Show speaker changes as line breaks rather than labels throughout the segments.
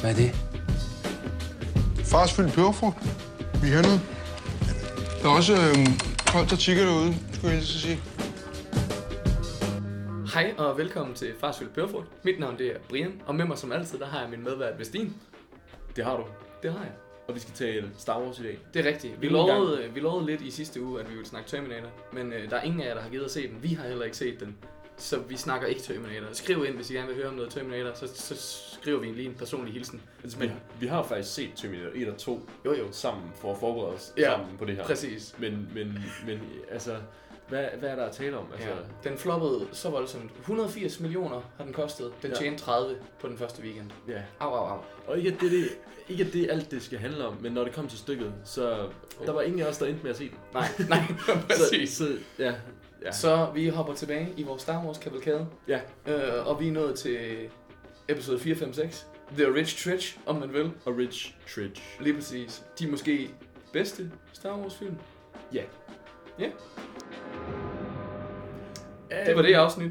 Hvad er det?
Fars fyldt peberfrugt. Vi handlede. Der er også øh, koldt og tigger derude, skulle jeg lige så sige.
Hej og velkommen til Fars Vilde Pørfrugt. Mit navn det er Brian, og med mig som altid, der har jeg min medvært Vestin.
Det har du.
Det har jeg.
Og vi skal tale Star Wars i dag.
Det er rigtigt. Vi
Endnu en
lovede, vi lovede lidt i sidste uge, at vi ville snakke Terminator, men øh, der er ingen af jer, der har givet at se den. Vi har heller ikke set den, så vi snakker ikke Terminator. Skriv ind, hvis I gerne vil høre om noget Terminator, så, så skriver vi lige en personlig hilsen.
Altså, men vi har faktisk set Terminator 1 og 2
Jo jo,
sammen for at forberede os
Ja,
sammen på det her.
præcis.
Men, men, men altså, hvad, hvad er der at tale om? Altså,
Ja. Den floppede så voldsomt. 180 millioner har den kostet. Den
Ja.
tjente 30 på den første weekend.
ja.
Au, au, au.
Og ikke at det, det, ikke at det alt det skal handle om, men når det kom til stykket, så der var ingen af os, der endte med at se den.
Nej, nej, Oh. præcis.
Så, så, ja, ja.
Så vi hopper tilbage i vores Star Wars kavalkade,
ja.
øh, og vi er nået til episode 456. The Rich Tritch, om man vil.
Og Rich Tridge.
Lige præcis. De er måske bedste Star Wars film.
Ja.
Ja. Det var det afsnit.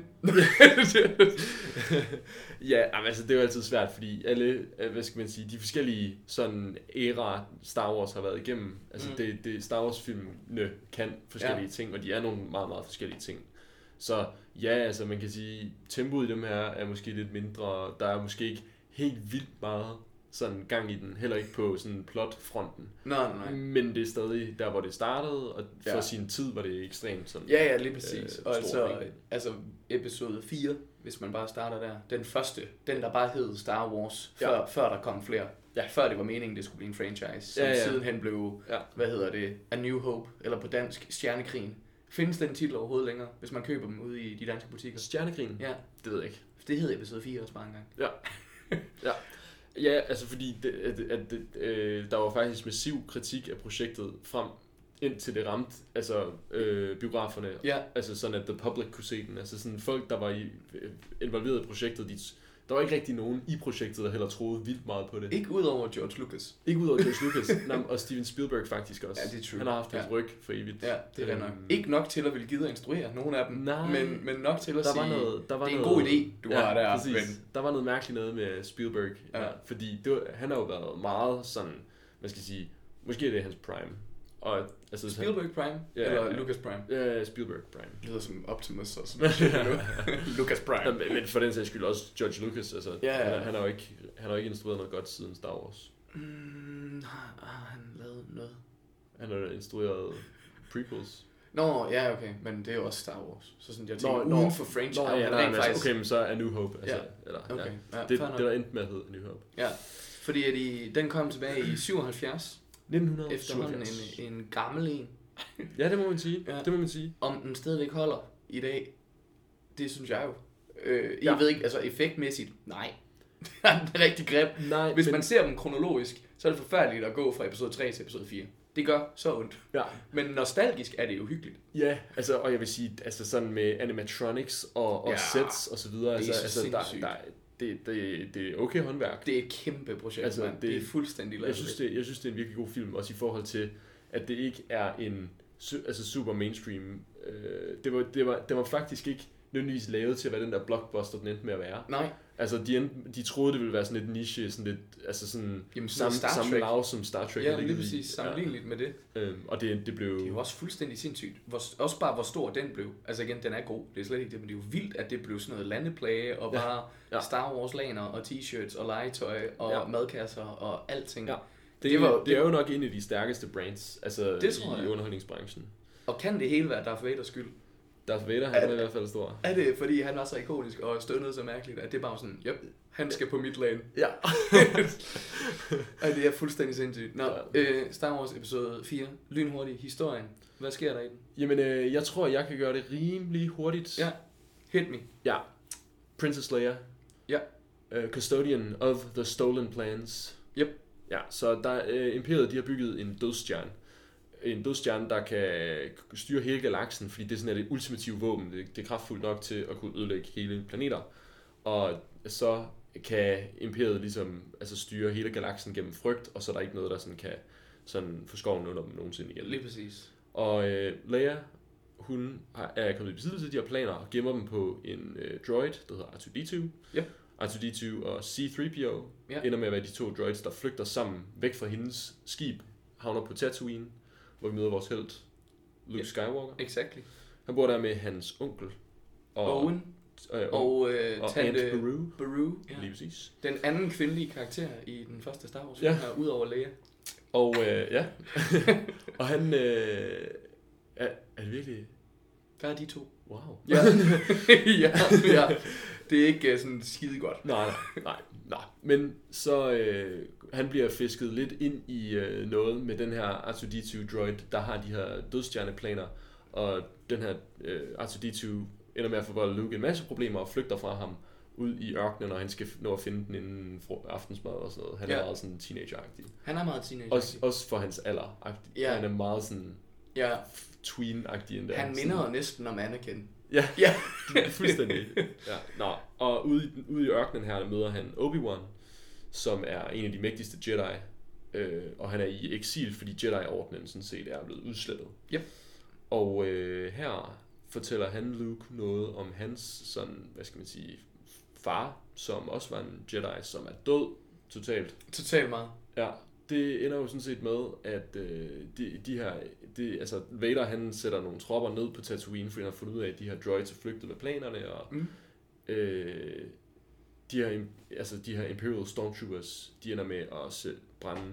Ja, jamen, altså det er jo altid svært, fordi alle, øh, hvad skal man sige, de forskellige sådan æraer Star Wars har været igennem, altså
Mm.
mm. det, det Star Wars filmene kan forskellige
Ja.
ja. ting, og de er nogle meget, meget forskellige ting. Så ja, altså man kan sige, tempoet i dem her er måske lidt mindre, der er måske ikke helt vildt meget sådan gang i den, heller ikke på sådan plotfronten.
Nå, nej, nej.
Men det er stadig der, hvor det startede, og for
Ja.
ja. sin tid var det ekstremt sådan.
Ja, ja, lige præcis.
Øh,
og
stor
altså,
mængde.
altså episode 4, hvis man bare starter der. Den første, den der bare hed Star Wars, før, ja. før der kom flere. Ja.
Ja.
Før det var meningen, det skulle blive en franchise, som ja,
Ja,
ja.
ja.
sidenhen blev, ja.
Ja.
hvad hedder det, A New Hope, eller på dansk, Stjernekrigen. Findes den titel overhovedet længere, hvis man køber dem ude i de danske butikker?
Stjernekrigen?
Ja,
Det ved jeg ikke.
det hed episode 4 også bare engang.
Ja, altså fordi det, at, at det, øh, der var faktisk massiv kritik af projektet frem indtil det ramte altså, øh, biograferne.
Ja,
Altså sådan, at the public kunne se den. Altså sådan folk, der var i, øh, involveret i projektet, de, der var ikke rigtig nogen i projektet, der heller troede vildt meget på det.
ikke udover George Lucas.
Ikke udover George Lucas, nej, og Steven Spielberg faktisk også.
Ja, det er true.
Han har haft hans
Ja.
ryg for evigt.
Ja, det er øhm, nok.
Øhm,
Ikke nok til at ville gide at instruere nogen af dem,
Nej.
men, men nok til at
der
sige,
var noget, der var
det er en
noget,
god idé, du
ja,
har der,
præcis.
ven.
Der var noget mærkeligt noget med Spielberg, ja.
Ja.
Ja, fordi det var, han har jo været meget sådan, man skal sige, måske er det hans prime. Og, altså,
Spielberg Prime,
Ja,
eller
ja.
Lucas Prime.
Han, ja, Spielberg prime.
Det lyder som Optimus og sådan noget. Lucas
Ja,
Prime.
men- men for den sags skyld også George Lucas, altså,
Ja, ja.
Han, har- han, har jo ikke, han har jo ikke instrueret noget godt siden Star Wars.
Mm, har har han lavet noget?
Han har instrueret prequels.
Nå, ja, okay, men det er jo også Star Wars. Så sådan, jeg
Nå,
tænker,
nå.
uden for French,
Nå,
han
ja,
rent
nej, men
faktisk-
altså, okay, men så er New Hope. Altså,
Ja.
Eller,
Okay,
Ja.
ja,
Det,
fair nok.
det, der endte med at hedde New Hope.
Ja, fordi at I, den kom tilbage i 77, efterhånden
1977.
en, en gammel en.
Ja, det må man sige.
Ja.
Det må man sige.
Om den stadigvæk holder i dag, det synes jeg jo. Øh,
Ja.
Jeg ved ikke, altså effektmæssigt, nej. den er rigtig grim.
Nej,
Hvis man ser dem kronologisk, så er det forfærdeligt at gå fra episode 3 til episode 4. Det gør så ondt.
Ja,
Men nostalgisk er det jo hyggeligt.
ja altså, og jeg vil sige, altså sådan med animatronics og, og
Ja.
ja, sets og så videre,
Det er
altså,
så
altså der,
sindssygt.
der, det, det, det er okay håndværk.
Det er et kæmpe projekt, altså,
Altså,
mand. Det,
det-
det er fuldstændig
jeg, synes,
latterligt.
det, jeg synes, det er en virkelig god film, også i forhold til, at det ikke er en su- altså super mainstream. Øh, det, var, det, var, det var faktisk ikke nødvendigvis lavet til at være den der blockbuster, den endte med at være.
Nej,
Altså, de, endte, de troede, det ville være sådan lidt niche, sådan lidt, altså sådan,
jamen
samme,
sådan Star
samme
Trek.
lav som Star Trek.
ja,
har
lige
ligget i.
præcis. Sammenligneligt med det.
Ja, øhm, og det, det blev...
Det er jo også fuldstændig sindssygt. Hvor, også bare, hvor stor den blev. Altså igen, den er god. Det er slet ikke det, men det er jo vildt, at det blev sådan noget landeplage, og
Ja.
bare
Ja.
Star Wars-laner, og t-shirts, og legetøj, og
Ja.
madkasser, og alting.
Ja.
Det
Det,
var-
det, det er jo nok en af de stærkeste brands altså
Det tror
i
jeg.
underholdningsbranchen.
Og kan det hele være Darth Vader's skyld?
Darth Vader,
Er
han er i
det-
hvert fald stor.
Er det, fordi han var så ikonisk og stønnede så mærkeligt, at det er bare sådan, yep, han skal på mit lane.
Ja.
Ej, det er fuldstændig sindssygt. Nå,
Ja.
øh, Star Wars episode 4, lynhurtig historien. Hvad sker der i den?
Jamen, øh, jeg tror, jeg kan gøre det rimelig hurtigt.
Ja. Hit me.
ja. Princess Leia.
Ja.
Øh, custodian of the Stolen Plans.
Yep.
Ja, så der, øh, Imperiet de har bygget en dødsstjerne. En dødsstjerne, der kan styre hele galaksen, fordi det er sådan er det ultimative våben. Det, det er kraftfuldt nok til at kunne ødelægge hele planeter. Og så kan imperiet ligesom altså styre hele galaksen gennem frygt, og så er der ikke noget, der sådan kan sådan få skoven under dem nogensinde igen.
Lige præcis.
Og øh, Leia, hun har, er kommet i besiddelse af de her planer og gemmer dem på en øh, droid, der hedder R2-D2.
Ja.
R2-D2 og C-3PO
Ja.
ja. ender med at være de to droids, der flygter sammen væk fra hendes skib, havner på Tatooine, hvor vi møder vores helt, Luke
Ja.
Skywalker.
Exactly.
Han bor der med hans onkel og,
Og, Owen
øh, og,
og, øh,
og Aunt
Tante
Beru.
Beru.
Ja.
Ja.
Lige præcis.
Den anden kvindelige karakter i den første Star Wars,
Ja.
ja. ud over Leia.
Og øh, ja, og han øh, er, er det virkelig,
Hvad er de to?
wow.
Ja. ja, ja. Det er ikke øh, sådan skide godt.
Nej, nej, nej, nej. Men så øh, han bliver fisket lidt ind i øh, noget med den her R2-D2 droid, der har de her dødstjerneplaner. Og den her øh, R2-D2 ender med at forvolde Luke en masse problemer og flygter fra ham ud i ørkenen, og han skal nå at finde den inden fro- aftensmad og sådan noget. Han
Ja.
er meget sådan teenager-agtig.
Han er meget teenager.
Også, også for hans alder. -agtig.
Ja.
Han er meget sådan
ja,
tween-agtig endda.
han
Sådan-
minder næsten om Anakin.
Ja.
Ja.
Fuldstændig. Ja. Nå. Og ude, i- ude i ørkenen her, der møder han Obi-Wan, som er en af de mægtigste Jedi. Øh, og han er i eksil, fordi Jedi-ordenen sådan set er blevet udslettet.
Yep.
Og øh, her fortæller han Luke noget om hans, sådan, hvad skal man sige, far, som også var en Jedi, som er død totalt.
Totalt meget.
Ja, det ender jo sådan set med, at øh, de, de her, de, altså Vader han sætter nogle tropper ned på Tatooine, fordi han har fundet ud af, at de her droids er flygtet med planerne, og
Mm.
mm. øh, de, her, im- altså, de her Imperial Stormtroopers, de ender med at sæt- brænde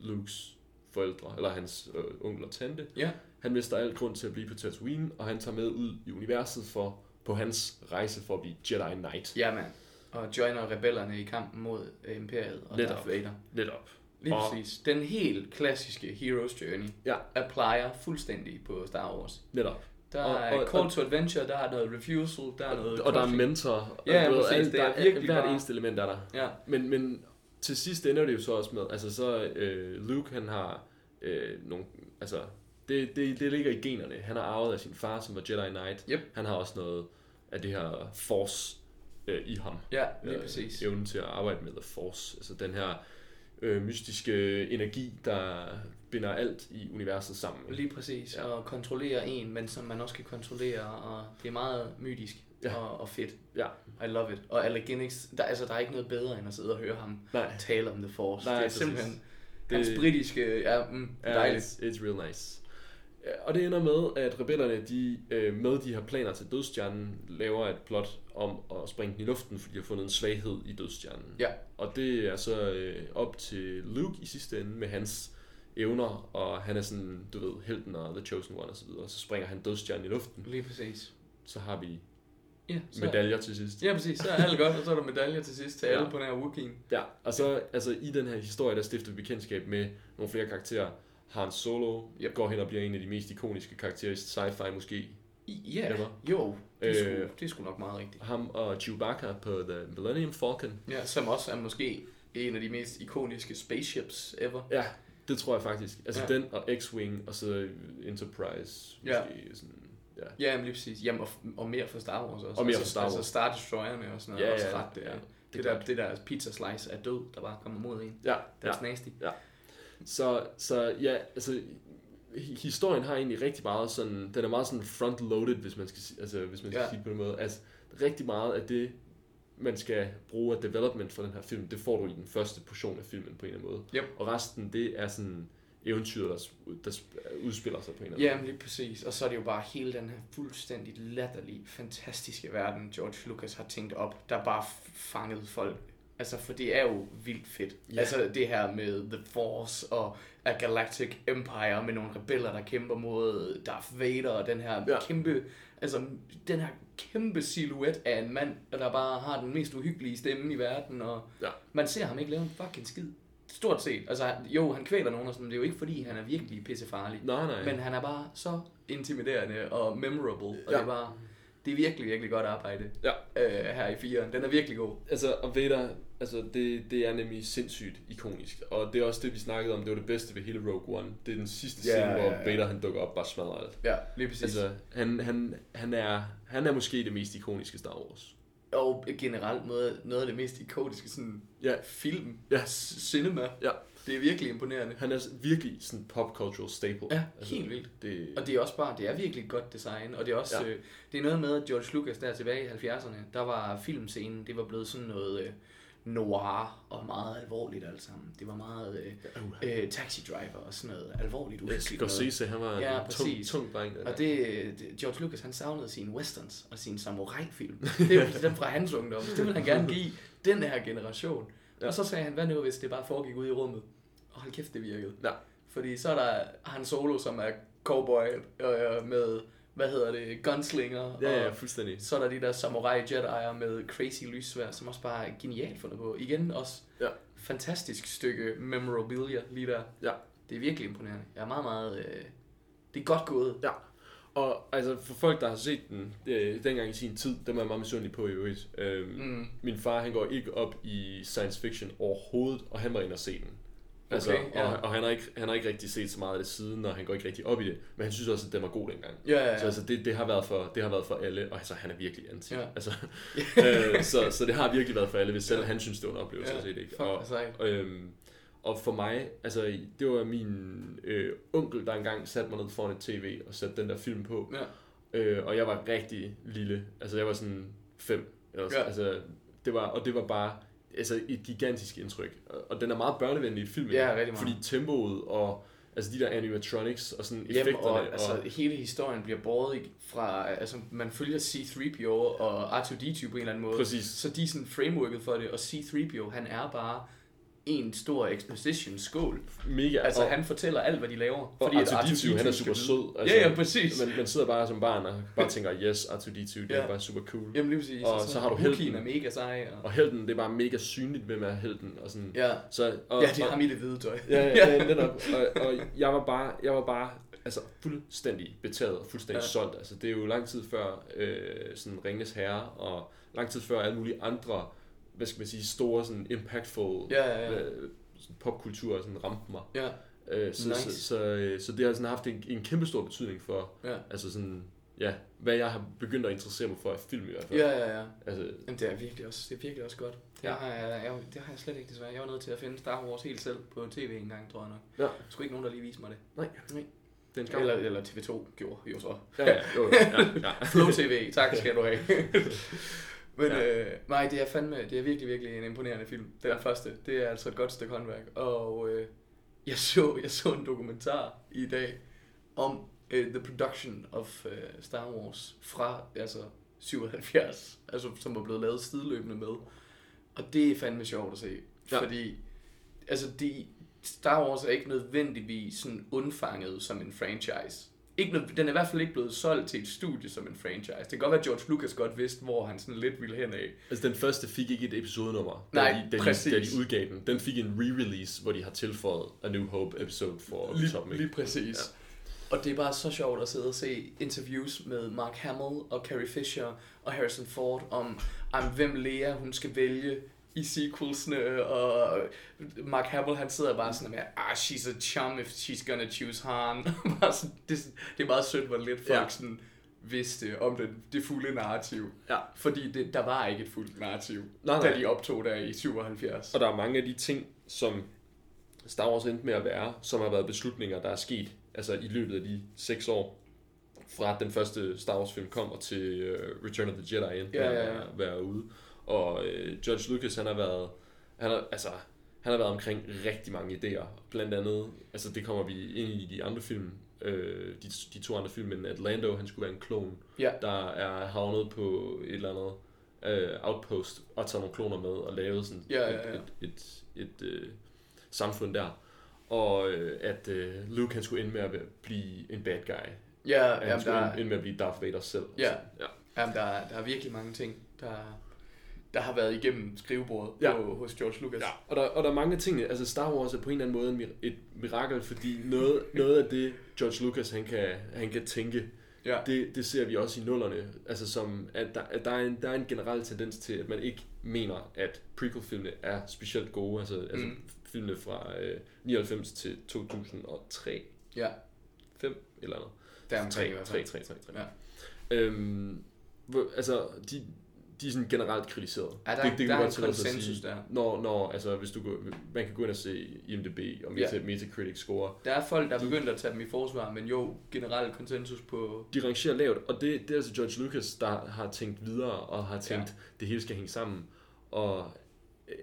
Lukes forældre, eller hans øh, onkel og tante.
Ja.
Han mister alt grund til at blive på Tatooine, og han tager med ud i universet for på hans rejse for at blive Jedi Knight.
Ja, mand. Og joiner rebellerne i kampen mod øh, Imperiet og
Netop.
Darth Vader.
Netop.
Lige
Og-
præcis. Den helt klassiske Hero's Journey
Ja.
applier fuldstændig på Star Wars.
Netop.
Der
Og-
er
og-
call
og-
to adventure, der er noget refusal, der er noget...
og der er
crushing.
mentor. og
Ja,
du ved,
præcis.
alt-
Det er
der
virkelig
hvert
bare-
eneste element er der.
Ja,
Men, men til sidst ender det jo så også med, altså så øh, Luke han har øh, nogle, altså det, det, det ligger i generne. Han har arvet af sin far, som var Jedi Knight.
Yep.
Han har også noget af det her force øh, i ham.
ja lige
Øh,
præcis.
Evnen til at arbejde med the force. Altså den her øh, mystiske energi, der binder alt i universet sammen. ikke?
Lige præcis,
Ja.
og kontrollere en, men som man også kan kontrollere, og det er meget mytisk
Ja.
og, og fedt.
Ja.
I love it. Og Allergenix, der, altså, der er ikke noget bedre end at sidde og høre ham
Nej.
tale om The Force.
Nej,
det er
præcis.
simpelthen det...
Det-
hans britiske... Ja, mm,
Ja,
dejligt.
It's, it's real nice. Ja, Og det ender med, at rebellerne de, øh, med de her planer til dødstjernen laver et plot om at springe den i luften, fordi de har fundet en svaghed i dødstjernen.
Ja.
Og det er så øh, op til Luke i sidste ende med hans evner, og han er sådan, du ved, helten og The Chosen One osv., og så springer han dødstjernen i luften.
Lige præcis.
Så har vi
Ja, så...
medaljer til sidst.
Ja, præcis. Så er alt godt, og så er der medaljer til sidst til
Ja.
alle på den her Wookiee.
Ja, og så altså, i den her historie, der stifter vi bekendtskab med nogle flere karakterer. Han Solo
Yep.
yep. går hen og bliver en af de mest ikoniske karakterer i sci-fi måske.
Ja,
Eller
jo. Det er, sgu,
Øh.
det er sgu nok meget rigtigt.
Ham og Chewbacca på The Millennium Falcon.
Ja, som også er måske en af de mest ikoniske spaceships ever.
Ja, det tror jeg faktisk. Altså
Ja.
ja. den og X-Wing, og så Enterprise.
Ja.
Måske ja. sådan, ja.
Ja, jamen lige præcis. Jamen, og, og mere fra Star Wars også.
Og mere
Altså-
fra Star Wars.
Altså Star Destroyerne og sådan noget.
Ja,
Ja, også
ja,
ret, det,
ja.
det,
er
det, der,
klart.
det der pizza slice er død, der bare kommer mod en.
Ja,
Det
ja.
er ja. nasty.
Så, så ja, altså hi- historien har egentlig rigtig meget sådan, den er meget sådan front-loaded, hvis man skal, si- altså, hvis man skal
Ja.
ja. sige det på den måde. Altså rigtig meget af det, man skal bruge af development for den her film, det får du i den første portion af filmen på en eller anden måde.
Yep.
Og resten, det er sådan eventyr, der, s- der s- udspiller sig på en eller anden
Jamen lige præcis. Og så er det jo bare hele den her fuldstændig latterlige, fantastiske verden, George Lucas har tænkt op, der bare f- fangede folk. Altså, for det er jo vildt fedt. Ja.
Ja.
Altså, det her med The Force og A Galactic Empire med nogle rebeller, der kæmper mod Darth Vader og den her ja.
Ja.
kæmpe... Altså, den her kæmpe silhuet af en mand, der bare har den mest uhyggelige stemme i verden, og
Ja.
man ser ham ikke lave en fucking skid. Stort set. Altså, han- jo, han kvæler nogen og sådan, men det er jo ikke, fordi han er virkelig pissefarlig.
Nej, nej.
Men han er bare så intimiderende og memorable, og ja.
Ja.
det er bare, det er virkelig, virkelig godt arbejde
Ja.
øh, her i firen. Den er virkelig god.
Altså, og Vader, altså, det, det er nemlig sindssygt ikonisk. Og det er også det, vi snakkede om, det var det bedste ved hele Rogue One. Det er den sidste
Ja,
yeah, scene, hvor
ja, ja.
Vader han dukker op og bare smadrer alt.
Ja, lige præcis. Altså,
Altså, han, han, han, er, han er måske det mest ikoniske Star Wars.
Og generelt noget, noget af det mest ikoniske sådan
Ja,
film,
ja,
cinema.
ja.
Det er virkelig imponerende.
Han er virkelig sådan pop cultural staple. Altså,
Ja, helt vildt.
Det,
Og det er også bare, det er virkelig et godt design, og det er også,
Ja.
ja. øh, det er noget med, at George Lucas der tilbage i 70'erne, der var filmscenen, det var blevet sådan noget øh, noir og meget alvorligt alt sammen. Det var meget øh, øh, taxi driver og sådan noget alvorligt uhyggeligt noget.
Scorsese, han var
Ja,
en tung,
præcis.
tung dreng. Der.
Og det, det, George Lucas, han savnede sine westerns og sine samurai-film. Det er jo dem fra hans ungdom. Det ville han gerne give den her generation.
Ja.
Ja. Og så sagde han, hvad nu, hvis det bare foregik ude i rummet? Og hold kæft, det virkede.
Ja.
Fordi så er der Han Solo, som er cowboy øh, med, hvad hedder det, gunslinger.
Ja, ja,
Og
fuldstændig.
så er der de der samurai jedi'er med crazy lyssvær, som også bare er genialt fundet på. Igen også
Ja.
fantastisk stykke memorabilia lige der.
Ja.
Det er virkelig imponerende. Jeg er meget, meget... Øh, det er godt gået.
Ja, og altså for folk, der har set den øh, dengang i sin tid, dem er jeg meget misundelig på i øvrigt. Øhm, mm. Min far, han går ikke op i science fiction overhovedet, og han var inde og se den. Altså,
Okay, ja.
og, og han, har ikke, han har ikke rigtig set så meget af det siden, og han går ikke rigtig op i det, men han synes også, at den var god dengang.
Ja, ja, ja.
Så altså, det, det, har været for, det har været for alle, og altså, han er virkelig anti.
Ja.
Altså, øh, så, så det har virkelig været for alle, hvis selv han synes, det var en oplevelse
Ja,
at se det. Ikke?
fuck, altså, hvor sejt.
Øhm, og for mig, altså det var min øh, onkel, der engang satte mig ned foran et tv og satte den der film på.
Ja.
Øh, og jeg var rigtig lille. Altså jeg var sådan fem. Eller, ja.
Ja.
altså, det var, og det var bare altså, et gigantisk indtryk. Og, og den er meget børnevenlig i filmen.
Ja, rigtig meget.
Fordi tempoet og altså, de der animatronics og sådan
Jamen,
effekterne.
og, altså, hele historien bliver båret i- fra, altså, man følger C-3PO og R2-D2 på en eller anden måde.
Præcis.
Så de er sådan frameworket for det, og C-3PO, han er bare en stor exposition skål.
mega.
Altså,
og,
han fortæller alt, hvad de laver.
Fordi
at
R2-D2, han er
skal
super
vide.
sød.
Ja, ja, præcis.
Man, man sidder bare som barn og bare tænker, yes, R2-D2, det er
Ja.
bare super cool.
Jamen, lige præcis.
Og så har du
Hookien
helten.
er mega sej. Og,
Og helten, det er bare mega synligt, hvem er helten. Og sådan.
ja.
Så, og,
ja, det er
og,
ham i det hvide tøj.
ja, ja, ja, netop. Og, og jeg var bare, jeg var bare altså, fuldstændig betaget og fuldstændig ja.
Ja.
solgt. Altså, det er jo lang tid før øh, sådan Ringenes Herre, og lang tid før alle mulige andre, hvad skal man sige, store, sådan impactful
Ja, ja, ja.
øh, sådan popkultur sådan ramte mig.
ja.
Øh, så, nice.
Nice.
så, så, øh, så det har sådan haft en, en kæmpe stor betydning for,
Ja.
altså sådan, ja, hvad jeg har begyndt at interessere mig for i film i hvert fald.
Ja, ja, ja.
Altså,
Jamen, det er virkelig også, det er virkelig også godt. Det,
Ja.
ja. har jeg, jeg, det har jeg slet ikke desværre. Jeg var nødt til at finde Star Wars helt selv på tv en gang, tror jeg nok.
ja,
Der skulle ikke nogen, der lige viste mig det.
nej,
Nej.
det er en skam.
Eller, eller TV2 gjorde jo så.
Ja, ja, jo, jo, ja, ja.
Flow TV, tak skal du have. Men
Ja.
ja. øh, nej, det er fandme, det er virkelig, virkelig en imponerende film. Den
Ja.
ja. første, det er altså et godt stykke håndværk. Og øh, jeg, så, jeg så en dokumentar i dag om øh, the production of øh, Star Wars fra altså 77, altså, som var blevet lavet sideløbende med. Og det er fandme sjovt at se,
Ja.
ja. fordi altså, de, Star Wars er ikke nødvendigvis sådan undfanget som en franchise. Ikke nød, den er i hvert fald ikke blevet solgt til et studie som en franchise. Det kan godt være, at George Lucas godt vidste, hvor han sådan lidt ville hen af.
Altså den første fik ikke et episodenummer,
Nej,
da, de, da, de,
præcis.
da de udgav den. Den fik en re-release, hvor de har tilføjet A New Hope episode for Tom.
Lige, lige præcis. Ja. Og det er bare så sjovt at sidde og se interviews med Mark Hamill og Carrie Fisher og Harrison Ford om, om hvem Lea hun skal vælge i sequelsene, og Mark Hamill han sidder bare sådan med, ah, she's a chum if she's gonna choose Han. Bare sådan, det, er sådan- det er meget sødt, hvor lidt folk
Ja.
ja. sådan vidste om det, det fulde narrativ.
Ja.
Fordi det, der var ikke et fuldt narrativ,
Nej, nej.
da de optog der i 77.
Og der er mange af de ting, som Star Wars endte med at være, som har været beslutninger, der er sket altså i løbet af de seks år, fra at den første Star Wars-film kom, og til uh, Return of the Jedi endte
Ja,
med
ja,
at
ja.
være, være ude. Og uh, George Lucas, han har været, han har, altså, han har været omkring rigtig mange idéer. Blandt andet, altså det kommer vi ind i i de andre film, øh, de, de to andre film, men at Lando, han skulle være en klon,
Ja.
der er havnet på et eller andet øh, outpost, og taget nogle kloner med, og lavet sådan
Ja, ja, ja.
et, et, et øh, samfund der. Og øh, at øh, Luke han skulle ende med at være- blive en bad guy. At
Ja,
han
jamen,
skulle
der,
ende med at blive Darth Vader selv.
Ja.
ja.
Jamen, der, er- der er virkelig mange ting, der, der har været igennem skrivebordet
Ja.
ja. på, hos George Lucas.
Ja, og der, og der er mange ting. Altså Star Wars er på en eller anden måde en mir- et mirakel, fordi noget, noget af det, George Lucas han kan, han kan tænke,
Ja.
det, det ser vi også i nullerne. Altså som, at, der, at der, er en, der er en generel tendens til, at man ikke mener, at prequel-filmene er specielt gode. Altså, altså
Mm.
filmene fra øh, 99 til 2003,
ja.
5 eller andet.
Der er omkring i hvert
3,
fald.
3, 3, 3.
Ja.
Øhm, hvor, altså, de, de er sådan generelt kritiseret.
Ja, der-
det, det
der er en
tillade sig at
konsensus
sige.
der.
Når, når, altså, hvis du går, man kan gå ind og se IMDb og Meta,
Ja.
Metacritic score.
Der er folk, der er begyndt at tage dem i forsvar, men jo, generelt konsensus på...
De rangerer lavt, og det, det er altså George Lucas, der har tænkt videre og har tænkt, ja. det hele skal hænge sammen. Og øh,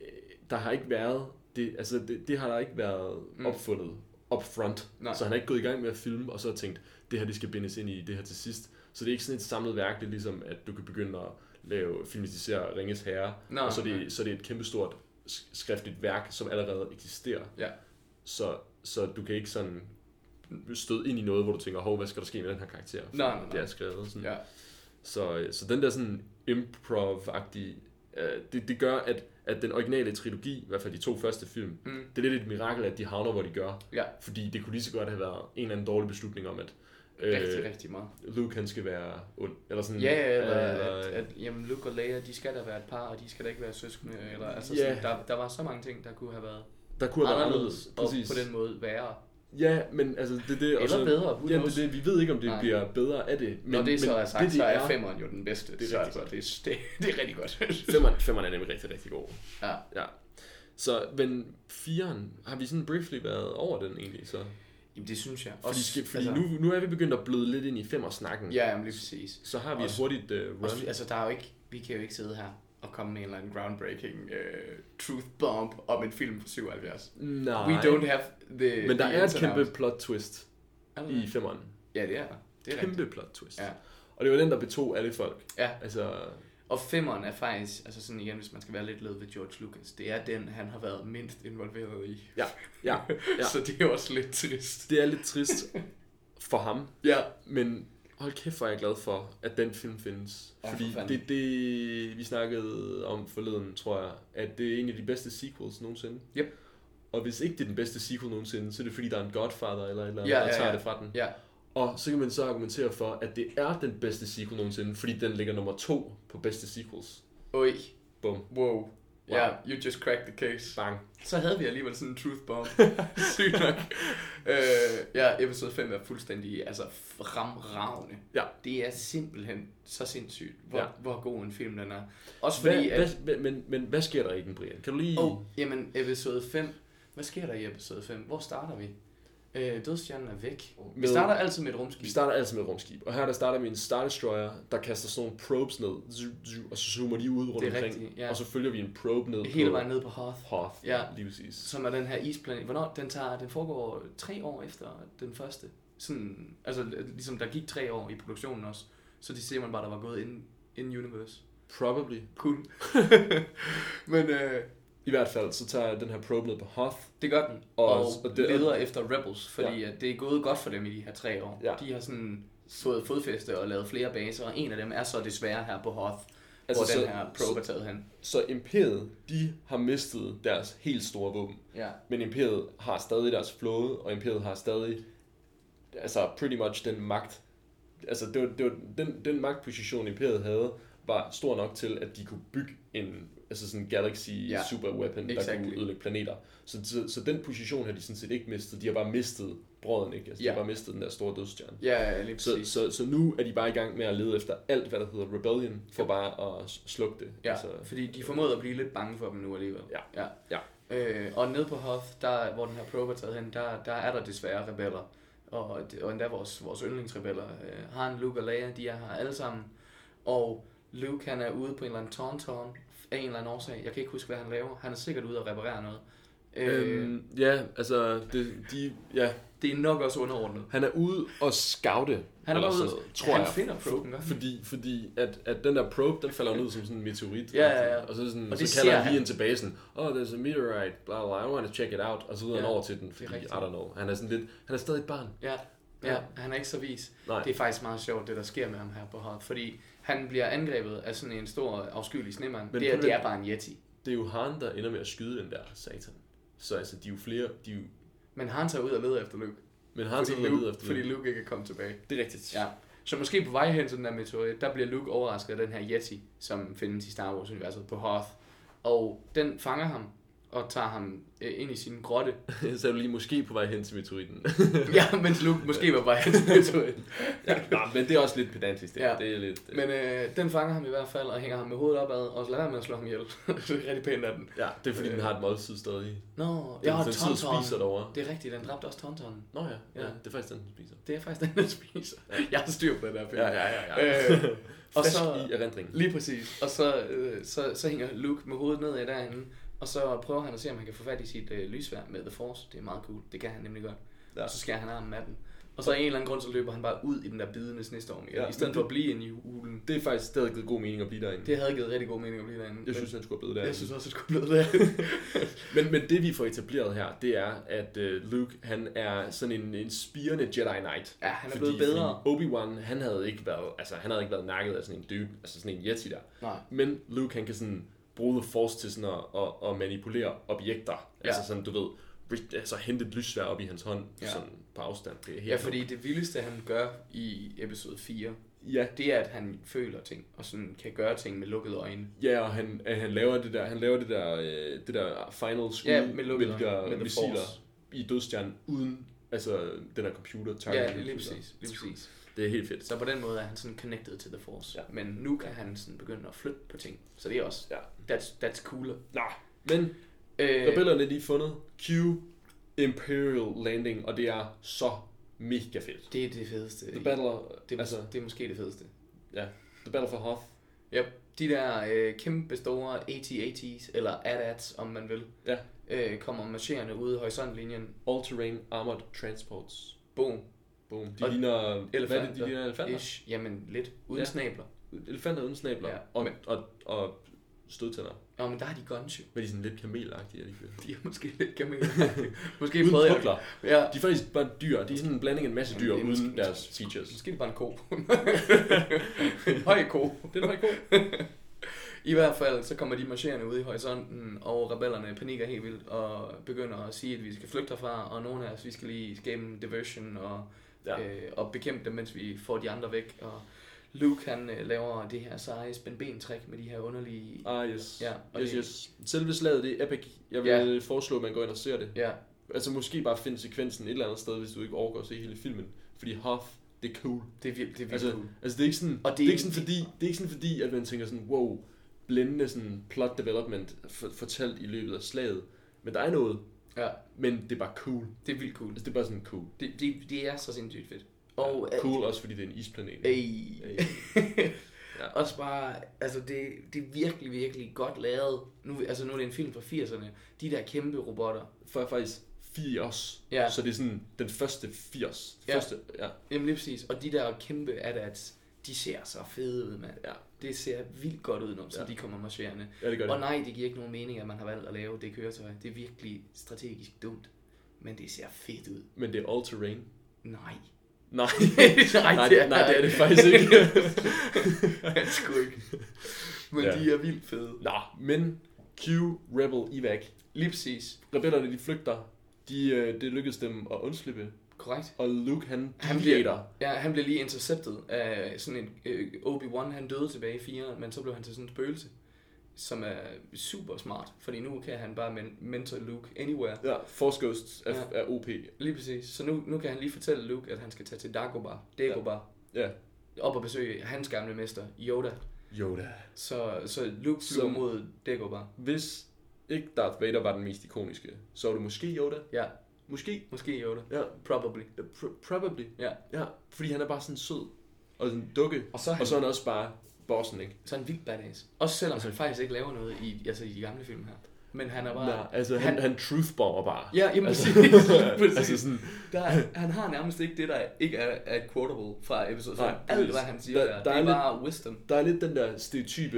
der har ikke været, det, altså det, det har der ikke været
Mm.
mm. opfundet upfront.
Nej.
Så han er ikke gået i gang med at filme, og så har tænkt, det her det skal bindes ind i det her til sidst. Så det er ikke sådan et samlet værk, det er ligesom, at du kan begynde at lave, filmatisere Ringes Herre,
Nå,
og så er,
nej.
det, så er det et kæmpestort sk- skriftligt værk, som allerede eksisterer.
Ja.
Så, så du kan ikke sådan støde ind i noget, hvor du tænker, hov, hvad skal der ske med den her karakter? Fordi
nej, nej.
Det er skrevet sådan.
Mm. Ja,
Så, øh, så den der sådan improv-agtige, øh, det, det gør, at, at den originale trilogi, i hvert fald de to første film,
Mm.
det er lidt et mirakel, at de havner, hvor de gør.
ja.
Fordi det kunne lige så godt have været en eller anden dårlig beslutning om, at
Rigtig,
øh, mm.
rigtig meget.
Luke han skal være ond. Eller sådan, Øh,
Ja, ja, eller
eller-
at, at jamen, Luke og Leia, de skal da være et par, og de skal da ikke være søskende. Eller, altså,
Ja.
sådan, der, der var så mange ting, der kunne have været
der kunne have været
anderledes,
anderledes.
og på den måde værre.
Ja, men altså det er det. og
Eller
så-
bedre, who
Ja, det,
knows?
er det, vi ved ikke, om det
Nej.
bliver bedre af det.
Men, Når det så er sagt, det, så er femmeren jo den bedste.
Det er
så,
rigtig
altså,
godt.
det, er- det, det er rigtig godt.
Femmeren, femmeren er nemlig rigtig, rigtig god.
ja.
Ja. Så, men firen, har vi sådan briefly været over den egentlig, så?
Jamen, det synes jeg.
Fordi, skal, fordi altså, nu, nu er vi begyndt at bløde lidt ind i femmersnakken.
Ja, jamen, lige præcis.
Så har vi
Også-
et hurtigt uh,
Også,
run.
fordi, altså, der er jo ikke, vi kan jo ikke sidde her og komme med en eller anden groundbreaking uh, truth bomb om en film fra 77.
Nej.
We don't have the...
men der
the
er et
internet.
kæmpe plot twist
Er der
i
Mm. det?
femmeren.
Ja, det er der. Det er rigtigt.
Kæmpe plot twist.
Ja.
Og det var den, der betog alle folk.
Ja.
Altså,
Og femmeren er faktisk, altså sådan igen, hvis man skal være lidt led ved George Lucas, det er den, han har været mindst involveret i.
ja, ja.
Ja. Så det er også lidt trist.
Det er lidt trist for ham,
Ja.
Men hold kæft, hvor er jeg glad for, at den film findes.
Ja, for
Fordi
fanden.
det er det, vi snakkede om forleden, tror jeg. At det er en af de bedste sequels nogensinde.
Yep.
Og hvis ikke det er den bedste sequel nogensinde, så er det fordi, der er en Godfather eller et eller andet,
Ja,
der
ja,
tager
ja.
det fra den.
Ja.
Og så kan man så argumentere for, at det er den bedste sequel nogensinde, fordi den ligger nummer to på bedste sequels.
Oj.
Bum.
Wow. wow. Ja, you just cracked the case.
Bang.
Så havde vi alligevel sådan en truth bomb. Sygt nok. øh, ja, episode 5 er fuldstændig altså fremragende.
Ja.
Det er simpelthen så sindssygt, hvor, ja.
Ja.
hvor god en film den er. Også
Hvad,
fordi, at...
hvad, men, men hvad sker der i den, Brian? Kan du lige...
Oh, jamen, episode 5. Hvad sker der i episode 5? Hvor starter vi? Øh, dødstjernen er væk. Vi
Med-
starter altid med et rumskib.
Vi starter altid med et rumskib, og her der starter vi en Star Destroyer, der kaster sådan nogle probes ned, zzz, zzz, og så zoomer de ud rundt
Det er
omkring,
rigtigt, ja.
og så følger vi en probe ned
Hele
på
vejen ned på Hoth,
Hoth,
Ja.
lige præcis.
som er den her isplanet. Hvornår den tager, den foregår tre år efter den første. Sådan, altså ligesom der gik tre år i produktionen også. Så de ser man bare, der var gået in, in universe.
Probably.
Cool. Men øh,
I hvert fald, så tager den her probe ned på Hoth.
det gør den. Og,
Og-
og,
og
det,
det-
leder efter Rebels, fordi ja. at det er gået godt for dem i de her tre år.
Ja.
De har sådan fået fodfæste og lavet flere baser, og en af dem er så desværre her på Hoth, altså,
Altså,
hvor den
så-
her probe er taget hen.
Så Imperiet, de har mistet deres helt store våben,
Ja.
men Imperiet har stadig deres flåde, og Imperiet har stadig, altså pretty much den magt, altså det var, det var, den, den magtposition Imperiet havde, var stor nok til, at de kunne bygge en altså sådan en galaxy
Ja,
ja, super weapon, der
exactly.
exactly. kunne ødelægge planeter. Så, så, så, den position har de sådan set ikke mistet. De har bare mistet brøden, ikke? Altså,
Ja.
de har bare mistet den der store dødstjerne.
Ja, lige
Så,
præcis.
så, så, nu er de bare i gang med at lede efter alt, hvad der hedder Rebellion, for bare at s- slukke det.
Ja,
Altså,
altså, fordi de formåede at blive lidt bange for dem nu alligevel.
Ja.
ja.
Ja.
Øh, og nede på Hoth, der, hvor den her probe er taget hen, der, der er der desværre rebeller. Og, det- og endda vores, vores yndlingsrebeller. Øh, Han, Luke og Leia, de er her alle sammen. Og Luke, han er ude på en eller anden tauntaun af en eller anden årsag. Jeg kan ikke huske, hvad han laver. Han er sikkert ude og reparere noget. Øh, øhm.
øhm, ja, altså, det, de, ja,
Det er nok også underordnet.
Han er ude og scoute.
Han er
eller
bare
sådan
ude,
noget, tror
han
jeg.
finder proben, gør han?
Fordi, fordi at, at den der probe, den falder jo ned som sådan en meteorit.
Ja, ja, ja.
Og så, sådan,
Og
og
det
så
ser
kalder han
han.
lige ind til basen. Oh, there's a meteorite, bla bla, I want to check it out. Og så rider
Ja,
han over til den, fordi, I
rigtigt.
don't know. Han er sådan lidt, han er stadig et barn.
Ja, ja, han er ikke så vis.
Nej.
Det er faktisk meget sjovt, det der sker med ham her på Hoth, fordi han bliver angrebet af sådan en stor afskyelig snemand.
Men
Det er,
prøv
det
lige-
er bare en yeti.
Det er jo han, der ender med at skyde den der satan. Så altså, de er jo flere, de er jo...
Men han tager ud og leder efter Luke,
Men han
fordi,
tager
Luke
ud efter
fordi
dem.
Luke ikke er kommet tilbage.
Det er rigtigt.
Ja. Så måske på vej hen til den der meteorit, der bliver Luke overrasket af den her yeti, som findes i Star Wars-universet på Hoth. Og den fanger ham, og tager ham øh, ind i sin grotte.
så er du lige måske på vej hen til meteoriten.
ja, mens Luke måske var bare hans meteorit.
ja, nej, men det er også lidt pedantisk. Det,
Ja.
ja. det er lidt... øh,
Men øh, den fanger ham i hvert fald og hænger ham med hovedet opad, og så lader være med at slå ham ihjel. det er rigtig pænt af den.
Ja, det er fordi, den har et måltid stadig.
Nå,
Den,
jeg har
den sidder og spiser
Tonton.
derovre.
Det er rigtigt, den dræbte også Tonton.
Nå ja, ja,
Ja.
det er faktisk den, den spiser.
Det er faktisk den, der spiser. Jeg har styr på den her film.
ja.
Øh, og
Frisk
så-
i erindringen.
Lige præcis. Og så, øh, så, så hænger Luke med hovedet nedad derinde, og så prøver han at se, om han kan få fat i sit øh, lysvær med The Force. Det er meget cool. Det kan han nemlig godt.
Ja.
Ja. Og så skærer han armen af den. Og så af en eller anden grund, så løber han bare ud i den der bidende snestorm igen,
Ja,
ja, i stedet
men
for
det-
at blive inde i hulen.
Det er faktisk stadig givet god mening at blive derinde.
Det havde givet rigtig god mening at blive derinde.
Jeg synes, han skulle have blevet
men,
derinde.
jeg synes også, at det skulle blive det.
Men, men det vi får etableret her, det er, at øh, Luke, han er sådan en, en spirende Jedi Knight.
Ja, han er blevet bedre.
Fordi Obi-Wan, han havde ikke været, altså han havde ikke været nakket af sådan en dude, altså sådan en yeti der.
Nej.
Men Luke, han kan sådan bruge The Force til sådan at, at, at manipulere objekter. Ja. Altså sådan, du ved, rig- altså hente et lysvær op i hans hånd, ja.
Ja.
sådan på afstand. Det er helt
Ja, fordi det vildeste, han gør i episode 4,
Ja,
det er, at han føler ting, og sådan kan gøre ting med lukkede øjne.
Ja, og han, øh, han laver det der, han laver det der, øh, det der final skud
Ja, med lukkede
de der
øjne, med The
missiler
Force.
i dødstjernen uden altså den der computer target
Ja, lige
computer.
præcis. Lige præcis.
Det er helt fedt.
Så på den måde er han sådan connected til The Force.
Ja.
Ja. Men nu kan han sådan begynde at flytte på ting. Så det er også,
Ja.
that's, that's cooler.
Nå, men
Øh,
rebellerne er lige fundet Q Imperial Landing, og det er så mega fedt.
det er det fedeste.
The Battle,
det, er,
altså,
altså. det er måske det fedeste.
ja, The Battle for Hoth.
Ja, de der øh, kæmpe store AT-ATs, eller AT-ATs, om man vil,
Ja.
øh, kommer marcherende ude i horisontlinjen.
All Terrain Armored Transports.
Boom.
Boom. De
Og
ligner, hvad er det,
elefanter.
de ligner elefanter?
Ish. Jamen lidt. Uden
Ja.
ja. snabler.
Elefanter uden snabler
Ja.
og, og, og stødtænder.
Nå, men der har de guns jo.
Men de er sådan lidt kamelagtige, er de ikke det?
De er måske lidt kamel. måske
Uden
prøvede jeg.
pukler.
Ja.
De er faktisk bare dyr. De er sådan en blanding af en masse dyr
Jamen, det er
uden
måske-
deres features.
Måske er det bare en ko. en høj ko.
Det er faktisk god.
I hvert fald, så kommer de marcherende ud i horisonten, og rebellerne panikker helt vildt og begynder at sige, at vi skal flygte herfra, og nogle af os, vi skal lige skabe en diversion og,
Ja.
ja. øh, og bekæmpe dem, mens vi får de andre væk. Og Luke, han øh, laver det her seje spænd-ben-trick med de her underlige...
Ah, yes.
Ja, og
yes,
det-
yes. Selve slaget, det er epic. Jeg vil foreslå, at man går ind og ser det.
Ja,
Altså måske bare finde sekvensen et eller andet sted, hvis du ikke overgår at se hele filmen. Fordi Hoth, det er cool.
det er virkelig, det er virkelig
Altså,
altså, cool.
altså det er ikke sådan,
Og det
og det,
er
det er
ikke-
ikke sådan fordi, det er ikke sådan fordi, at man tænker sådan, wow, blændende sådan plot development for, fortalt i løbet af slaget. Men der er noget,
Ja,
men det er bare cool.
det er vildt cool.
Altså det er bare sådan cool.
Det, det, det er så sindssygt fedt. Og øh,
ja, cool også fordi det er en isplanet.
Ey.
Ey. Ja.
ja. Også bare, altså det, det er virkelig, virkelig godt lavet. Nu, altså nu er det en film fra 80'erne. De der kæmpe robotter.
for faktisk 80.
Ja.
Så det er sådan den første 80.
Ja.
Første, ja.
Jamen lige præcis. Og de der kæmpe adats, de ser så fede ud, mand.
Ja.
Det ser vildt godt ud, når
Ja.
ja. de kommer marcherende.
ja, det gør
Og
det.
nej, det giver ikke nogen mening, at man har valgt at lave det køretøj. Det er virkelig strategisk dumt. Men det ser fedt ud.
Men det er all terrain.
Nej.
Nej.
nej,
nej, det, nej, det er det faktisk ikke.
det er sgu ikke. Men
Ja.
ja. de er vildt fede.
Nå, men Q, Rebel, Evac.
Lige præcis.
Rebellerne, de flygter. De, øh, det lykkedes dem at undslippe.
Korrekt.
Og Luke, han,
Han
han
bliver-
bliver...
Ja, han blev lige interceptet af sådan en... Øh, Obi-Wan, han døde tilbage i 4, men så blev han til sådan en spøgelse, som er super smart, fordi nu kan han bare men- mentor Luke anywhere.
Ja, Force Ghosts er,
Ja.
ja. er OP.
Lige præcis. Så nu, nu kan han lige fortælle Luke, at han skal tage til Dagobah, Dagobah
Ja.
ja. op og besøge hans gamle mester, Yoda.
Yoda.
Så, så Luke flyver
Som-
mod Dagobah.
Hvis ikke Darth Vader var den mest ikoniske, så var det måske Yoda.
Ja,
Måske.
måske Yoda.
Ja.
Probably.
Pr- probably.
Ja.
Ja, fordi han er bare sådan sød. Og sådan en dukke.
Og så er han,
Og så er han også bare bossen, ikke?
så er han vildt badass. Også selvom
Altså-
han faktisk ikke laver noget i, altså, i de gamle film her. Men han er bare...
Nej, altså han,
han-
han, han truthbomber bare.
Ja, jamen
altså,
præcis. præcis.
altså sådan,
Der er, han har nærmest ikke det, der ikke er, er quotable fra episode 5.
Nej,
Nej, Alt,
præcis.
hvad han siger,
Der-
der, der,
der
det
er
er,
lidt-
bare wisdom.
der er lidt den der stereotype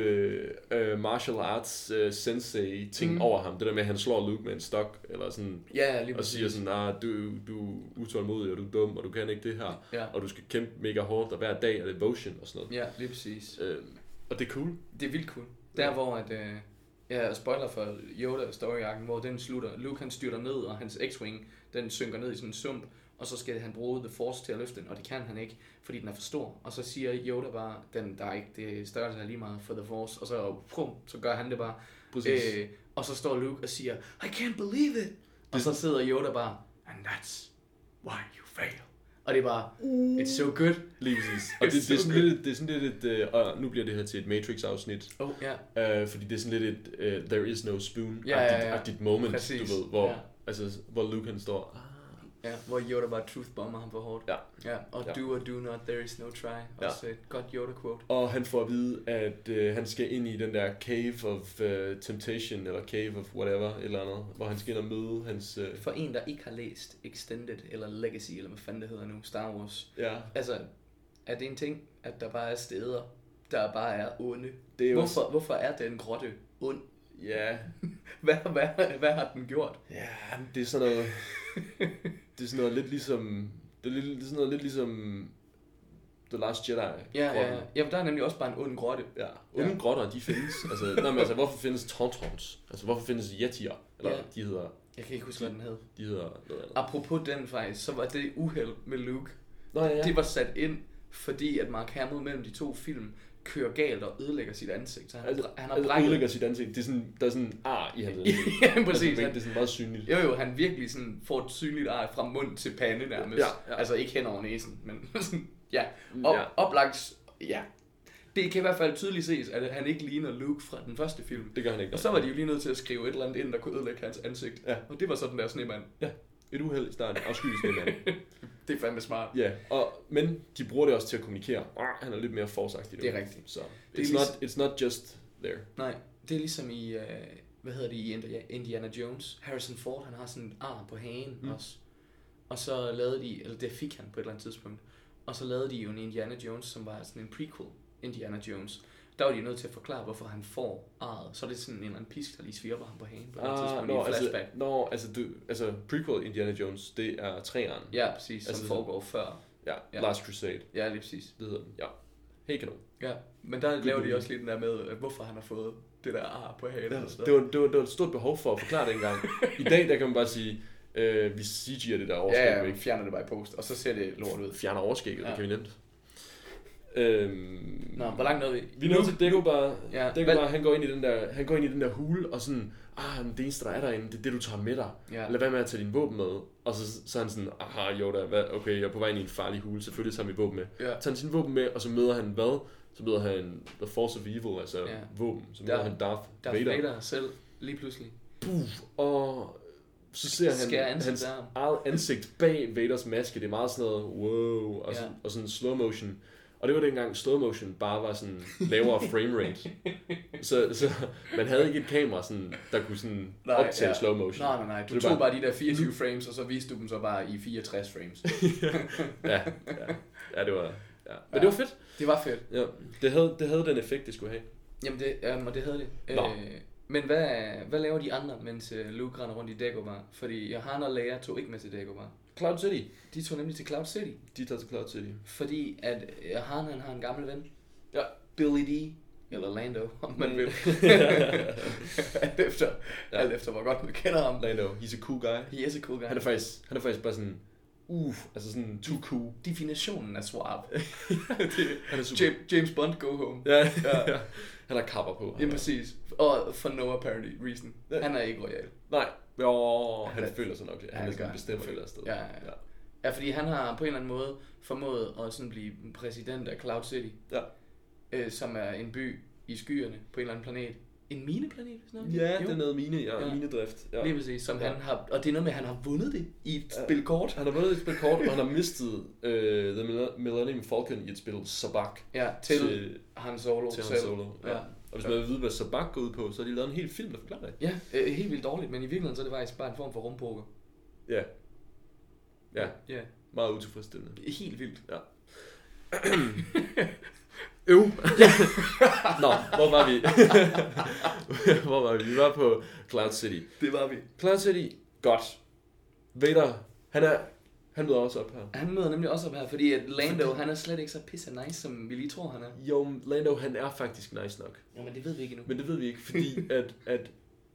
uh, martial arts uh, sensei ting
Mm.
mm. over ham. Det der med, at han slår Luke med en stok, eller sådan,
Ja, ja, lige
og
præcis.
siger sådan, nah, du, du er utålmodig, og du er dum, og du kan ikke det her,
Ja,
og du skal kæmpe mega hårdt, og hver dag er devotion og sådan noget.
ja, lige præcis.
Uh, og det er cool.
Det er vildt cool. Der
Ja.
hvor at, øh, ja, spoiler for Yoda story arken, hvor den slutter. Luke han styrter ned, og hans X-Wing, den synker ned i sådan en sump, og så skal han bruge The Force til at løfte den, og det kan han ikke, fordi den er for stor. Og så siger Yoda bare, den der er ikke, det er størrelse er lige meget for The Force, og så, pum, så gør han det bare.
Præcis.
Øh, og så står Luke og siger, I can't believe it. Og så sidder Yoda bare, and that's why you fail. Og det er bare, it's so good.
Lige præcis. Og det, det, er sådan lidt, det er sådan lidt et, øh, og nu bliver det her til et Matrix-afsnit,
Oh, ja. Yeah.
øh, fordi det er sådan lidt et øh, there is no spoon
Ja, ja, ja.
agtigt moment,
Præcis.
du ved, hvor,
Ja.
altså, hvor Luke han står, ah,
Ja, hvor Yoda bare truthbomber ham for hårdt.
Ja.
ja og
Ja.
do or do not, there is no try.
Ja.
Også et godt Yoda-quote.
og han får at vide, at øh, han skal ind i den der cave of øh, temptation, eller cave of whatever, et eller andet, hvor han skal ind og møde hans, øh,
For en, der ikke har læst Extended eller Legacy, eller hvad fanden det hedder nu, Star Wars.
ja,
Altså, er det en ting, at der bare er steder, der bare er onde?
Det er jo-
hvorfor, hvorfor er den grotte ond?
ja,
Hvad, hvad, hvad har den gjort?
ja, det er sådan noget, det er sådan noget lidt ligesom, det er, lidt, det er sådan noget lidt ligesom The Last Jedi.
Ja, ja,
grotten.
ja. Jamen, der er nemlig også bare en ond grotte.
Ja, onde
Ja.
ja. grotter, de findes. Altså, nej, men altså, hvorfor findes tauntauns? Altså, hvorfor findes yetier? Eller
Ja.
ja. de hedder,
Jeg kan ikke huske, hvad den hed.
de hedder noget andet.
Apropos den faktisk, så var det uheld med Luke.
Nå, ja, ja.
Det var sat ind, fordi at Mark Hamill mellem de to film kører galt og ødelægger sit ansigt. Så han,
altså,
han har
altså,
brækket...
ødelægger sit ansigt. Det er sådan, der er sådan ar i hans ansigt.
ja, præcis.
Altså,
Han,
det er sådan meget synligt.
jo, jo, han virkelig sådan får et synligt ar fra mund til pande nærmest.
Ja, ja.
Altså ikke hen over næsen, men sådan, ja. Op,
Ja.
Oplagt, ja. Det kan i hvert fald tydeligt ses, at han ikke ligner Luke fra den første film.
Det gør han ikke.
Og så var de jo lige nødt til at skrive et eller andet ind, der kunne ødelægge hans ansigt.
Ja.
Og det var sådan der snemand.
Ja, et uheld i starten. Afskyedes med mand.
Det er fandme smart.
Ja, og, men de bruger det også til at kommunikere. Arr, Han er lidt mere forsagtig.
Det er rigtigt.
Så
Det er Ah,
it's,
lige-
not, it's not just there.
Nej, det er ligesom i, øh, hvad hedder det, i Indi- Indiana Jones. Harrison Ford, han har sådan et ar på hagen mm. også. Og så lavede de, eller det fik han på et eller andet tidspunkt. Og så lavede de jo en Indiana Jones, som var sådan en prequel Indiana Jones. Der var de nødt til at forklare, hvorfor han får arret. Så er det sådan en eller anden pisk, der lige svirper ham på hagen på et eller andet tidspunkt i en flashback.
altså, nå, altså, du, altså prequel Indiana Jones, det er træeren.
Ja, præcis, som
altså-
foregår før.
ja.
Ja.
Last Crusade,
Ja, lige præcis.
det hedder den. Ja. Helt kanon.
Ja, men der laver de også lige den der med, øh, hvorfor han har fået det der ar på hagen. og sådan
Det var, det, var, det var et stort behov for at forklare det engang. I dag, der kan man bare sige, øh, vi CG'er det der overskæg,
Ja, ja,
vi
vi fjerner det bare i post, og så ser det lort ud.
fjerner overskægget, ja.
Ja.
det kan vi nemt. Øhm,
Nå, hvor langt nåede vi?
Vi er nødt til Dagobah.
Ja,
Ja, Dagobah, han går, ind i den der, han går ind i den der hule, og sådan, ah, men det eneste, der er derinde, det er det, du tager med dig.
Ja.
Lad være med at tage din våben med. Og så, så er han sådan, aha, Yoda, hvad? okay, jeg er på vej ind i en farlig hule, selvfølgelig tager vi våben med.
Ja.
Tager han sin våben med, og så møder han hvad? Så møder han The Force of Evil, altså
Ja.
våben. Så møder
Der-
han Darth,
Darth
Vader.
Vader selv, lige pludselig.
Og så ser
Skærer
han
ansigtet
hans
af ham.
eget ansigt bag Vaders maske. Det er meget sådan noget, wow, og,
Ja.
sådan, og sådan slow motion. Og det var dengang slow motion bare var sådan lavere frame rate. så, så man havde ikke et kamera, sådan, der kunne sådan optage slow motion.
Nej, nej, nej.
Så
Du
det Mhm.
tog
var-
bare de der 24 frames, og så viste du dem så bare i 64 frames.
Ja, ja, ja, det var... Ja. Men det var fedt.
Det var fedt.
Ja, det, havde, det havde den effekt, det skulle have.
Jamen, det, øhm, og det havde det.
Nå.
Øh, men hvad, hvad laver de andre, mens øh, Luke render rundt i Dagobah? Fordi Johanna og Leia tog ikke med til Dagobah.
Cloud City.
De tog nemlig til Cloud City,
De tager til Cloud City.
fordi at Johanna han har en gammel ven,
Ja.
Billy D. Eller Lando, om man vil. alt, efter,
Ja.
alt efter, hvor godt man kender ham.
Lando, he's a cool guy.
He is a cool guy.
Han er faktisk, han er faktisk bare sådan, uh, altså sådan too cool.
Definitionen af swab.
Han er super.
James, James Bond, go home.
Ja, ja. ja. Han har kapper på.
Ja, præcis. Og for no apparent reason.
Ja.
Han er ikke royal.
Nej. Jo, han,
Han er-
han føler sig nok. lidt.
Ja,
Han ligesom er
det gør
sådan
han.
bestemt føler afsted.
Ja, ja, ja. Ja, fordi han har på en eller anden måde formået at sådan blive præsident af Cloud City,
ja.
øh, som er en by i skyerne på en eller anden planet. En mineplanet? hvis nok?
ja
Jo.
det er noget mine, ja,
Ja.
ja. minedrift. Ja.
Lige præcis, som
Ja.
han har, og det er noget med, at han har vundet det i et
Ja.
spil kort.
Han har vundet et spil kort, og han har mistet øh, The Millen- Millennium Falcon i et spil Sabak.
Ja, til, til
til,
Han Solo
til
selv.
Han Solo. Ja.
Ja.
Og hvis man vil vide, hvad Sabak går ud på, så har de lavet en hel film, der forklarer det.
Ja, øh, helt vildt dårligt, men i virkeligheden så er det faktisk bare en form for rumpoker.
Ja. Ja,
Ja,
meget utilfredsstillende.
helt vildt.
Ja. Øv. Nå, hvor var vi? hvor var vi? Vi var på Cloud City.
Det var vi.
Cloud City, godt. Vader, han er... Han møder også op her.
Han møder nemlig også op her, fordi at Lando, han er slet ikke så pisse nice, som vi lige tror, han er.
Jo, men Lando, han er faktisk nice nok.
Jo, men det ved vi ikke endnu.
Men det ved vi ikke, fordi at, at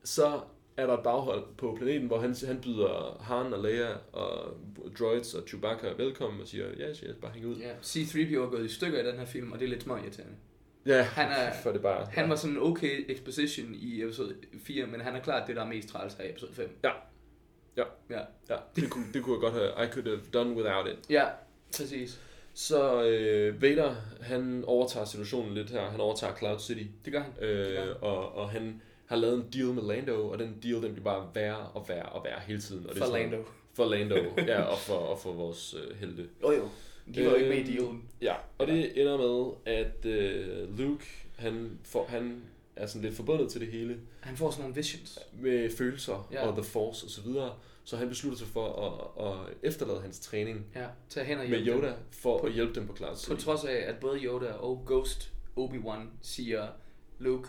så er der et baghold på planeten, hvor han, han byder Han og Leia og droids og Chewbacca velkommen og siger, ja, yes, yes, bare hæng ud.
Ja, C-3PO er gået i stykker i den her film, og det er lidt smart irriterende.
Ja,
Han er-
for det bare...
Han var sådan en okay exposition i episode 4, men han er klart det, der er mest træls her i episode 5.
Ja. Ja.
Ja,
Ja, det kunne, det kunne jeg godt have... I could have done without it.
ja præcis.
Så øh, Vader, han overtager situationen lidt her. Han overtager Cloud City.
Det gør han.
Øh,
Ja.
og, og han har lavet en deal med Lando, og den deal, den bliver bare værre og værre og værre hele tiden. Og er
For
sådan-
Lando.
For Lando, ja, og for, og for vores øh, helte.
Jo jo. De var jo ikke med i dealen.
Ja, og det ender med, at øh, Luke, han, får, han er sådan lidt forbundet til det hele
Han får sådan nogle visions.
med følelser
Ja.
ja. og The Force osv., så, videre, så han beslutter sig for at, at efterlade hans træning
Ja, tag hen og
med
hjælp dem.
Yoda for
På-
at hjælpe dem på Cloud
På
City.
trods af, at både Yoda og Ghost Obi-Wan siger, Luke,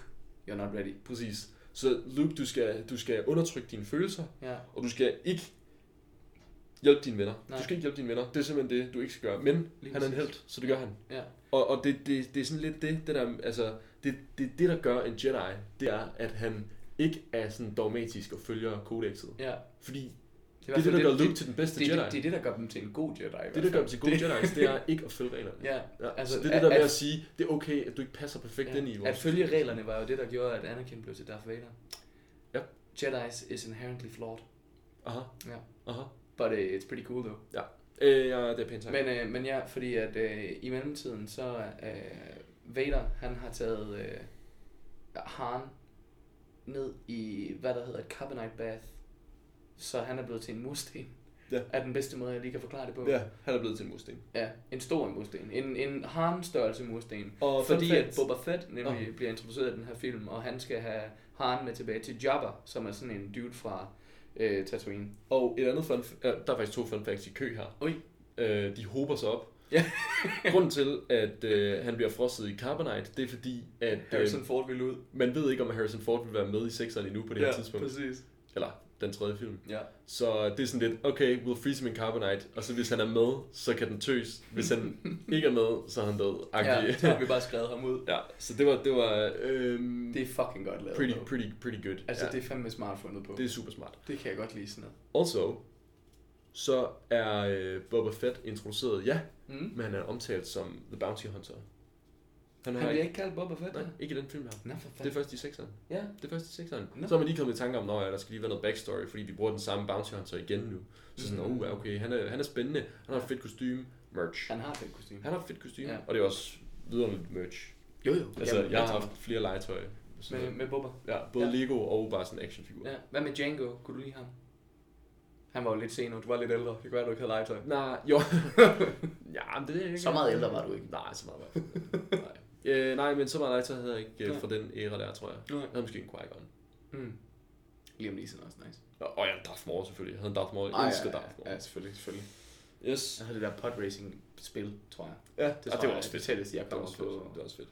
you're not ready.
Præcis. Så Luke, du skal, du skal undertrykke dine følelser,
Ja,
Og du skal ikke hjælpe dine venner.
Nej.
Nej. Du skal ikke hjælpe dine venner. Det er simpelthen det, du ikke skal gøre. Men
Lige
Lige han er en
præcis.
held, så det gør han.
ja.
Og, og det, det, det er sådan lidt det, det der, altså, det, det, det, der gør en Jedi, det er, at han ikke er sådan dogmatisk og følger kodexet.
ja.
Fordi
i
det,
hvert
er det,
fald
der gør Luke til den
det,
bedste
det,
Jedi.
det, det er det, der gør dem til en god Jedi. i hvert
Det, der gør
fald.
dem til gode Jedi's, det er ikke at følge reglerne.
Ja,
Ja,
altså,
altså, så det er
at-
det der med
at-
at sige, det er okay, at du ikke passer perfekt ind i
ja. At
vores...
følge reglerne var jo det, der gjorde, at Anakin blev til Darth Vader.
Ja.
Jedi's is inherently flawed,
Aha,
Ja.
aha.
but uh, it's pretty cool though.
Øh, ja, det er pænt sagt.
Men, øh, men ja, fordi at øh, i mellemtiden, så øh, Vader, han har taget øh, Han ned i, hvad der hedder et carbonite bath. Så han er blevet til en mursten.
Ja.
Er den bedste måde, jeg lige kan forklare det på.
Ja, han er blevet til en mursten.
ja en stor mursten. En, en Han-størrelse mursten.
Og
Og fordi
fun
at
fact-
Boba Fett nemlig bliver introduceret i den her film, og han skal have Han med tilbage til Jabba, som er sådan en dude fra øh, Tatooine.
Og et andet fun, ja, der er faktisk to fun facts i kø her.
Ui.
Øh, de hober sig op.
Ja.
Grunden til, at øh, han bliver frosset i Carbonite, det er fordi, at øh,
Harrison Ford vil ud.
man ved ikke, om Harrison Ford vil være med i sekseren endnu på det ja, her tidspunkt.
præcis.
Eller den tredje film.
Ja.
Så det er sådan lidt, okay, we'll freeze him in Carbonite, og så hvis han er med, så kan den tøs. Hvis han ikke er med, så er han død.
ja, så
Ja.
har vi bare skrevet ham ud.
ja, så det var, det var øhm,
Det er fucking godt lavet.
pretty,
dog.
pretty, pretty good.
Altså,
ja.
ja. det er fandme smart fundet på.
det er
Det,
super smart.
det kan jeg godt lide sådan noget.
Also, så er øh, Boba Fett introduceret, ja,
Mm.
men han er omtalt som The Bounty Hunter. Han
Han
har
bliver
ikke,
ikke kaldt Boba Fett,
nej,
eller?
ikke i den film her.
Nå, for
Det er
fanden.
først i sekseren.
Ja.
Det er først i sekseren.
Nå.
Så er man lige kommet i tanke om, at der skal lige være noget backstory, fordi vi bruger den samme Bounty Hunter igen nu. Så sådan,
Mhm.
oh, ja, okay, han er, han er spændende, han har et fedt kostume, merch.
Han har fedt kostume.
Han har et fedt kostume,
Ja.
ja. og det er også vidunderligt merch.
Jo, jo.
Altså,
Jamen,
jeg har
rigtig
haft flere legetøj.
meget. Med,
Sådan
med Boba.
noget. ja, både
ja.
Lego og bare sådan actionfigurer.
Ja. Hvad med Django? Kunne du lide ham? Han var jo lidt senere. Du var lidt ældre. Det kan være, du ikke havde legetøj.
Nej, jo. ja, men det er jeg ikke.
Så meget ældre var du ikke.
Nej, så meget var jeg ikke. nej. Øh, nej, men så meget legetøj havde jeg ikke øh, fra den æra der, tror jeg.
Nej.
Jeg havde måske en Qui-Gon.
Mm. Liam Neeson er også nice.
Og, og ja, Darth Maul selvfølgelig. Jeg havde en Darth Maul. Jeg
Ej,
elsker Darth Maul.
Ja, selvfølgelig, selvfølgelig.
Yes.
Jeg havde det der podracing-spil, tror jeg. Ah,
Ja,
Det,
og
tror
det var
jeg
også
er det
fedt.
tætteste, jeg
Det var
kommer
også fedt.
på,
Det var også fedt.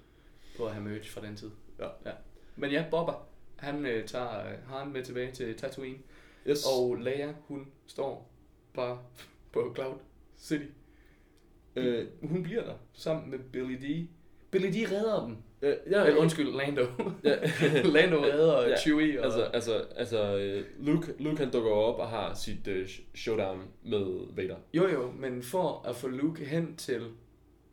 på at have merch fra den tid.
Ja.
ja. Men ja, Bobba, han øh, tager øh, han med tilbage til Tatooine.
Yes. Og,
Og Leia, hun står bare på Cloud City.
øh,
Hun bliver der sammen med Billy D. Billy D redder dem.
øh, ja,
Eller undskyld, Lando.
Ja.
Lando redder
Ja,
Chewie. Og...
Altså, altså, altså øh, Luke, Luke han dukker op og har sit øh, sh- showdown med Vader.
Jo jo, men for at få Luke hen til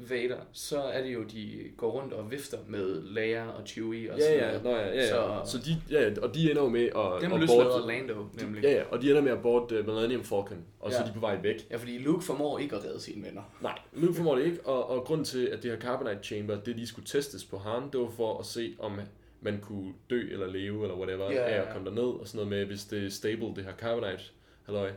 Vader, så er det jo, de går rundt og vifter med Leia og Chewie og
Ja,
sådan
ja,
noget.
Altså, nå, ja, ja, ja.
Så-
Så, de, ja, ja, og de ender jo med at,
Dem
at
løslader Lando, nemlig.
Ja, ja, og de ender med at borte uh, Millennium Falcon, og så
Ja.
er de på vej væk.
Ja, fordi Luke formår ikke at redde sine venner.
Nej, Luke formår det ikke, og, og grunden til, at det her Carbonite Chamber, det lige skulle testes på Han, det var for at se, om man kunne dø eller leve, eller whatever,
Ja,
yeah, af
ja.
at komme derned, og sådan noget med, hvis det er stable, det her Carbonite, halløj,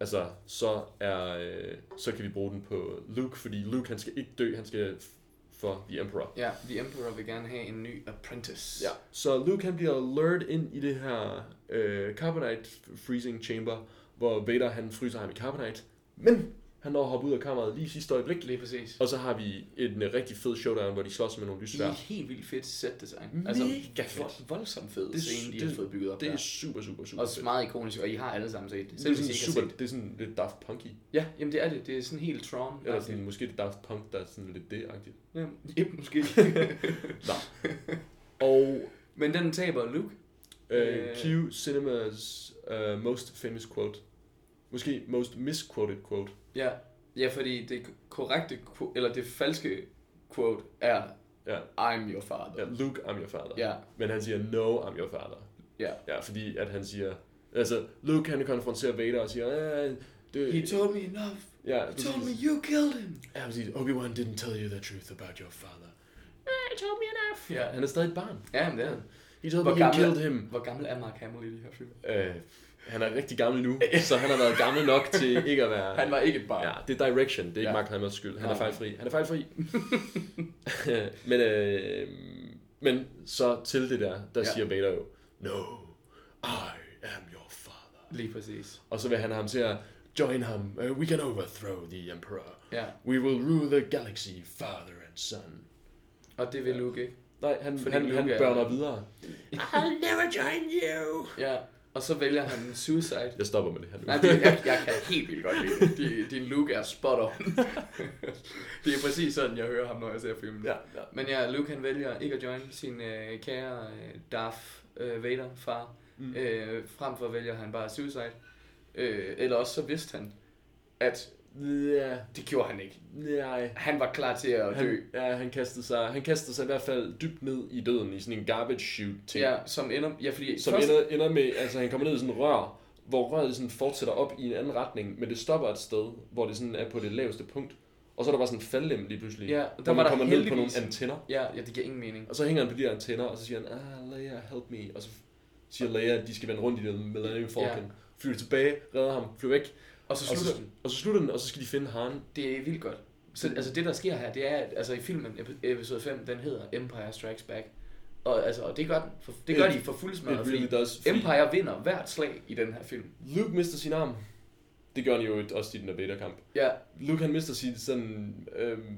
altså, så, er, øh, så kan vi bruge den på Luke, fordi Luke, han skal ikke dø, han skal f- for The Emperor.
Ja, The Emperor vil gerne have en ny apprentice.
Ja. Så Luke han bliver lured ind i det her øh, Carbonite Freezing Chamber, hvor Vader han fryser ham i Carbonite. Men han når at hoppe ud af kammeret lige i sidste øjeblik.
Lige præcis.
Og så har vi en øh, rigtig fed showdown, hvor de slås med nogle
I er
lysvær.
helt vildt fedt set design.
Mega
altså,
fedt.
vo- voldsomt fed det,
Det-
scene, de
det-
har fået bygget op
Det er
der.
super, super, super
Også
fedt.
meget ikonisk, og I har alle sammen set det.
Det er,
Selv hvis I
sådan
ikke har
super,
set det.
det er sådan lidt Daft Punky.
Ja, jamen det er det. Det er sådan helt Tron. Altså,
Eller sådan, måske det er Daft Punk, der er sådan lidt det-agtigt.
Ja, ja, måske.
Og
Men den taber Luke.
øh,
Øh.
Q Cinemas uh, most famous quote. Måske most misquoted quote.
Ja, ja fordi det korrekte, qu- eller det falske quote er
Ja.
I'm your father.
ja, Luke, I'm your father.
Ja.
Men han siger, no, I'm your father.
Ja.
Ja, fordi at han siger... Altså, Luke han konfronterer Vader og siger... "Øh, Det,
He told me enough.
ja,
He told me you killed him.
Ja, præcis. Obi-Wan didn't tell you the truth about your father. "Eh, He told me enough. Ja, han er stadig et barn.
Ja, men det er han.
He told
Hvor
me he
gammel-
killed him.
Hvor gammel er Mark Hamill i de her film?
Øh, han er rigtig gammel nu, så han har været gammel nok til ikke at være...
Han var ikke et barn.
Ja, det er direction. Det er ikke
Ja.
ja. Mark Hamill's skyld. Han er
Nej.
fejlfri. Han er fejlfri. men, øh, men så til det der, der
Ja.
ja. siger Vader jo, No, I am your father.
Lige præcis.
Og så vil han have ham til at join ham. Uh, we can overthrow the emperor.
Ja,
We will rule the galaxy, father and son.
og det vil Luke ikke.
Nej, han,
Fordi
han,
Luke
han
er-
børner videre. I'll never join you.
Ja, og så vælger han suicide.
Jeg stopper med det her nu.
Nej, det, jeg, jeg kan helt vildt godt lide det. Din- Din Luke er spot on. det er præcis sådan, jeg hører ham, når jeg ser filmen.
ja, ja.
Men ja, Luke han vælger ikke at join sin øh, kære øh, Darth øh, Vader far. Mm. Øh, frem for vælger han bare suicide. Øh, eller også så vidste han, at
Ja,
det gjorde han ikke.
nej.
Han var klar til at dø.
Han, ja, han kastede, sig, han kastede sig i hvert fald dybt ned i døden i sådan en garbage chute ting.
Ja, som ender... Ja, fordi
Som
først,
ender, ender med, altså han kommer ned i sådan en rør, hvor røret sådan fortsætter op i en anden retning, men det stopper et sted, hvor det sådan er på det laveste punkt. Og så er der bare sådan en faldlem lige pludselig,
Ja, der
hvor
var
man
der
kommer ned på nogle
heldigvis-
antenner.
ja, ja, det giver ingen mening.
Og så hænger han på de der antenner, og så siger han, ah, Leia, help me. Og så siger Leia, at de skal vende rundt i den Millennium Falcon.
Ja.
Ja. Flyver tilbage, redder ham, flyver væk.
Og så
Og
slutter
så,
den.
og så slutter den, og så skal de finde Han.
Det er vildt godt. Så altså, det, der sker her, det er, at altså, i filmen, epi- episode 5, den hedder Empire Strikes Back. Og, altså, og det gør, den for, det gør
It-
de for fuld
It
smadret,
really
fordi
does. Fordi
Empire vinder hvert slag i den her film.
Luke mister sin arm. Det gør han jo også i den der Vader-kamp.
Ja,
Luke han mister sit sådan... Øhm,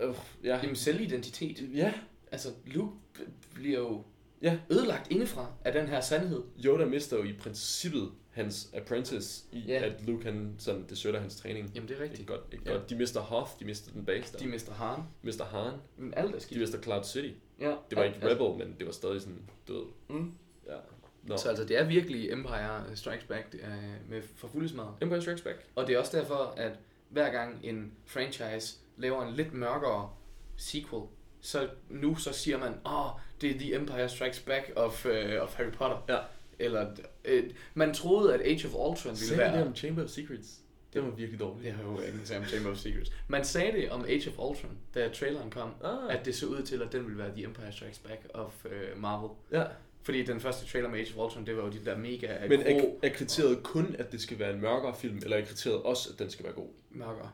øh, ja.
jamen selvidentitet.
ja,
Altså, Luke b- bliver jo
Ja.
ødelagt indefra af den her sandhed.
Yoda mister jo i princippet hans apprentice i,
Ja.
yeah. at Luke han sådan deserter hans træning.
Jamen, det er
Ikke
rigtigt.
godt, ikke
Ja.
godt. De mister Hoth, de mister den base der.
De
De
mister Han.
mister Han,
Men alt er
de
skidt.
mister Cloud City.
Ja.
Det var
Ja,
ikke Rebel, men det var stadig sådan, du ved.
Mm.
Ja. Nå.
Så altså, det er virkelig Empire Strikes Back det er, med for fuld smadret.
Empire Strikes Back.
Og det er også derfor, at hver gang en franchise laver en lidt mørkere sequel, så nu så siger man, åh, oh, det er The Empire Strikes Back of, uh, of Harry Potter.
Ja.
Eller, uh, man troede, at Age of Ultron ville
Sagde
være...
det om Chamber of Secrets? Det var virkelig dårligt.
Det har jo ikke sagt om Chamber of Secrets. Man sagde det om Age of Ultron, da traileren kom,
Ah,
at det så ud til, at den ville være The Empire Strikes Back of uh, Marvel.
ja.
Fordi den første trailer med Age of Ultron, det var jo de der mega
Men er,
grå
er kriteriet kun, at det skal være en mørkere film, eller er kriteriet også, at den skal være god?
mørkere.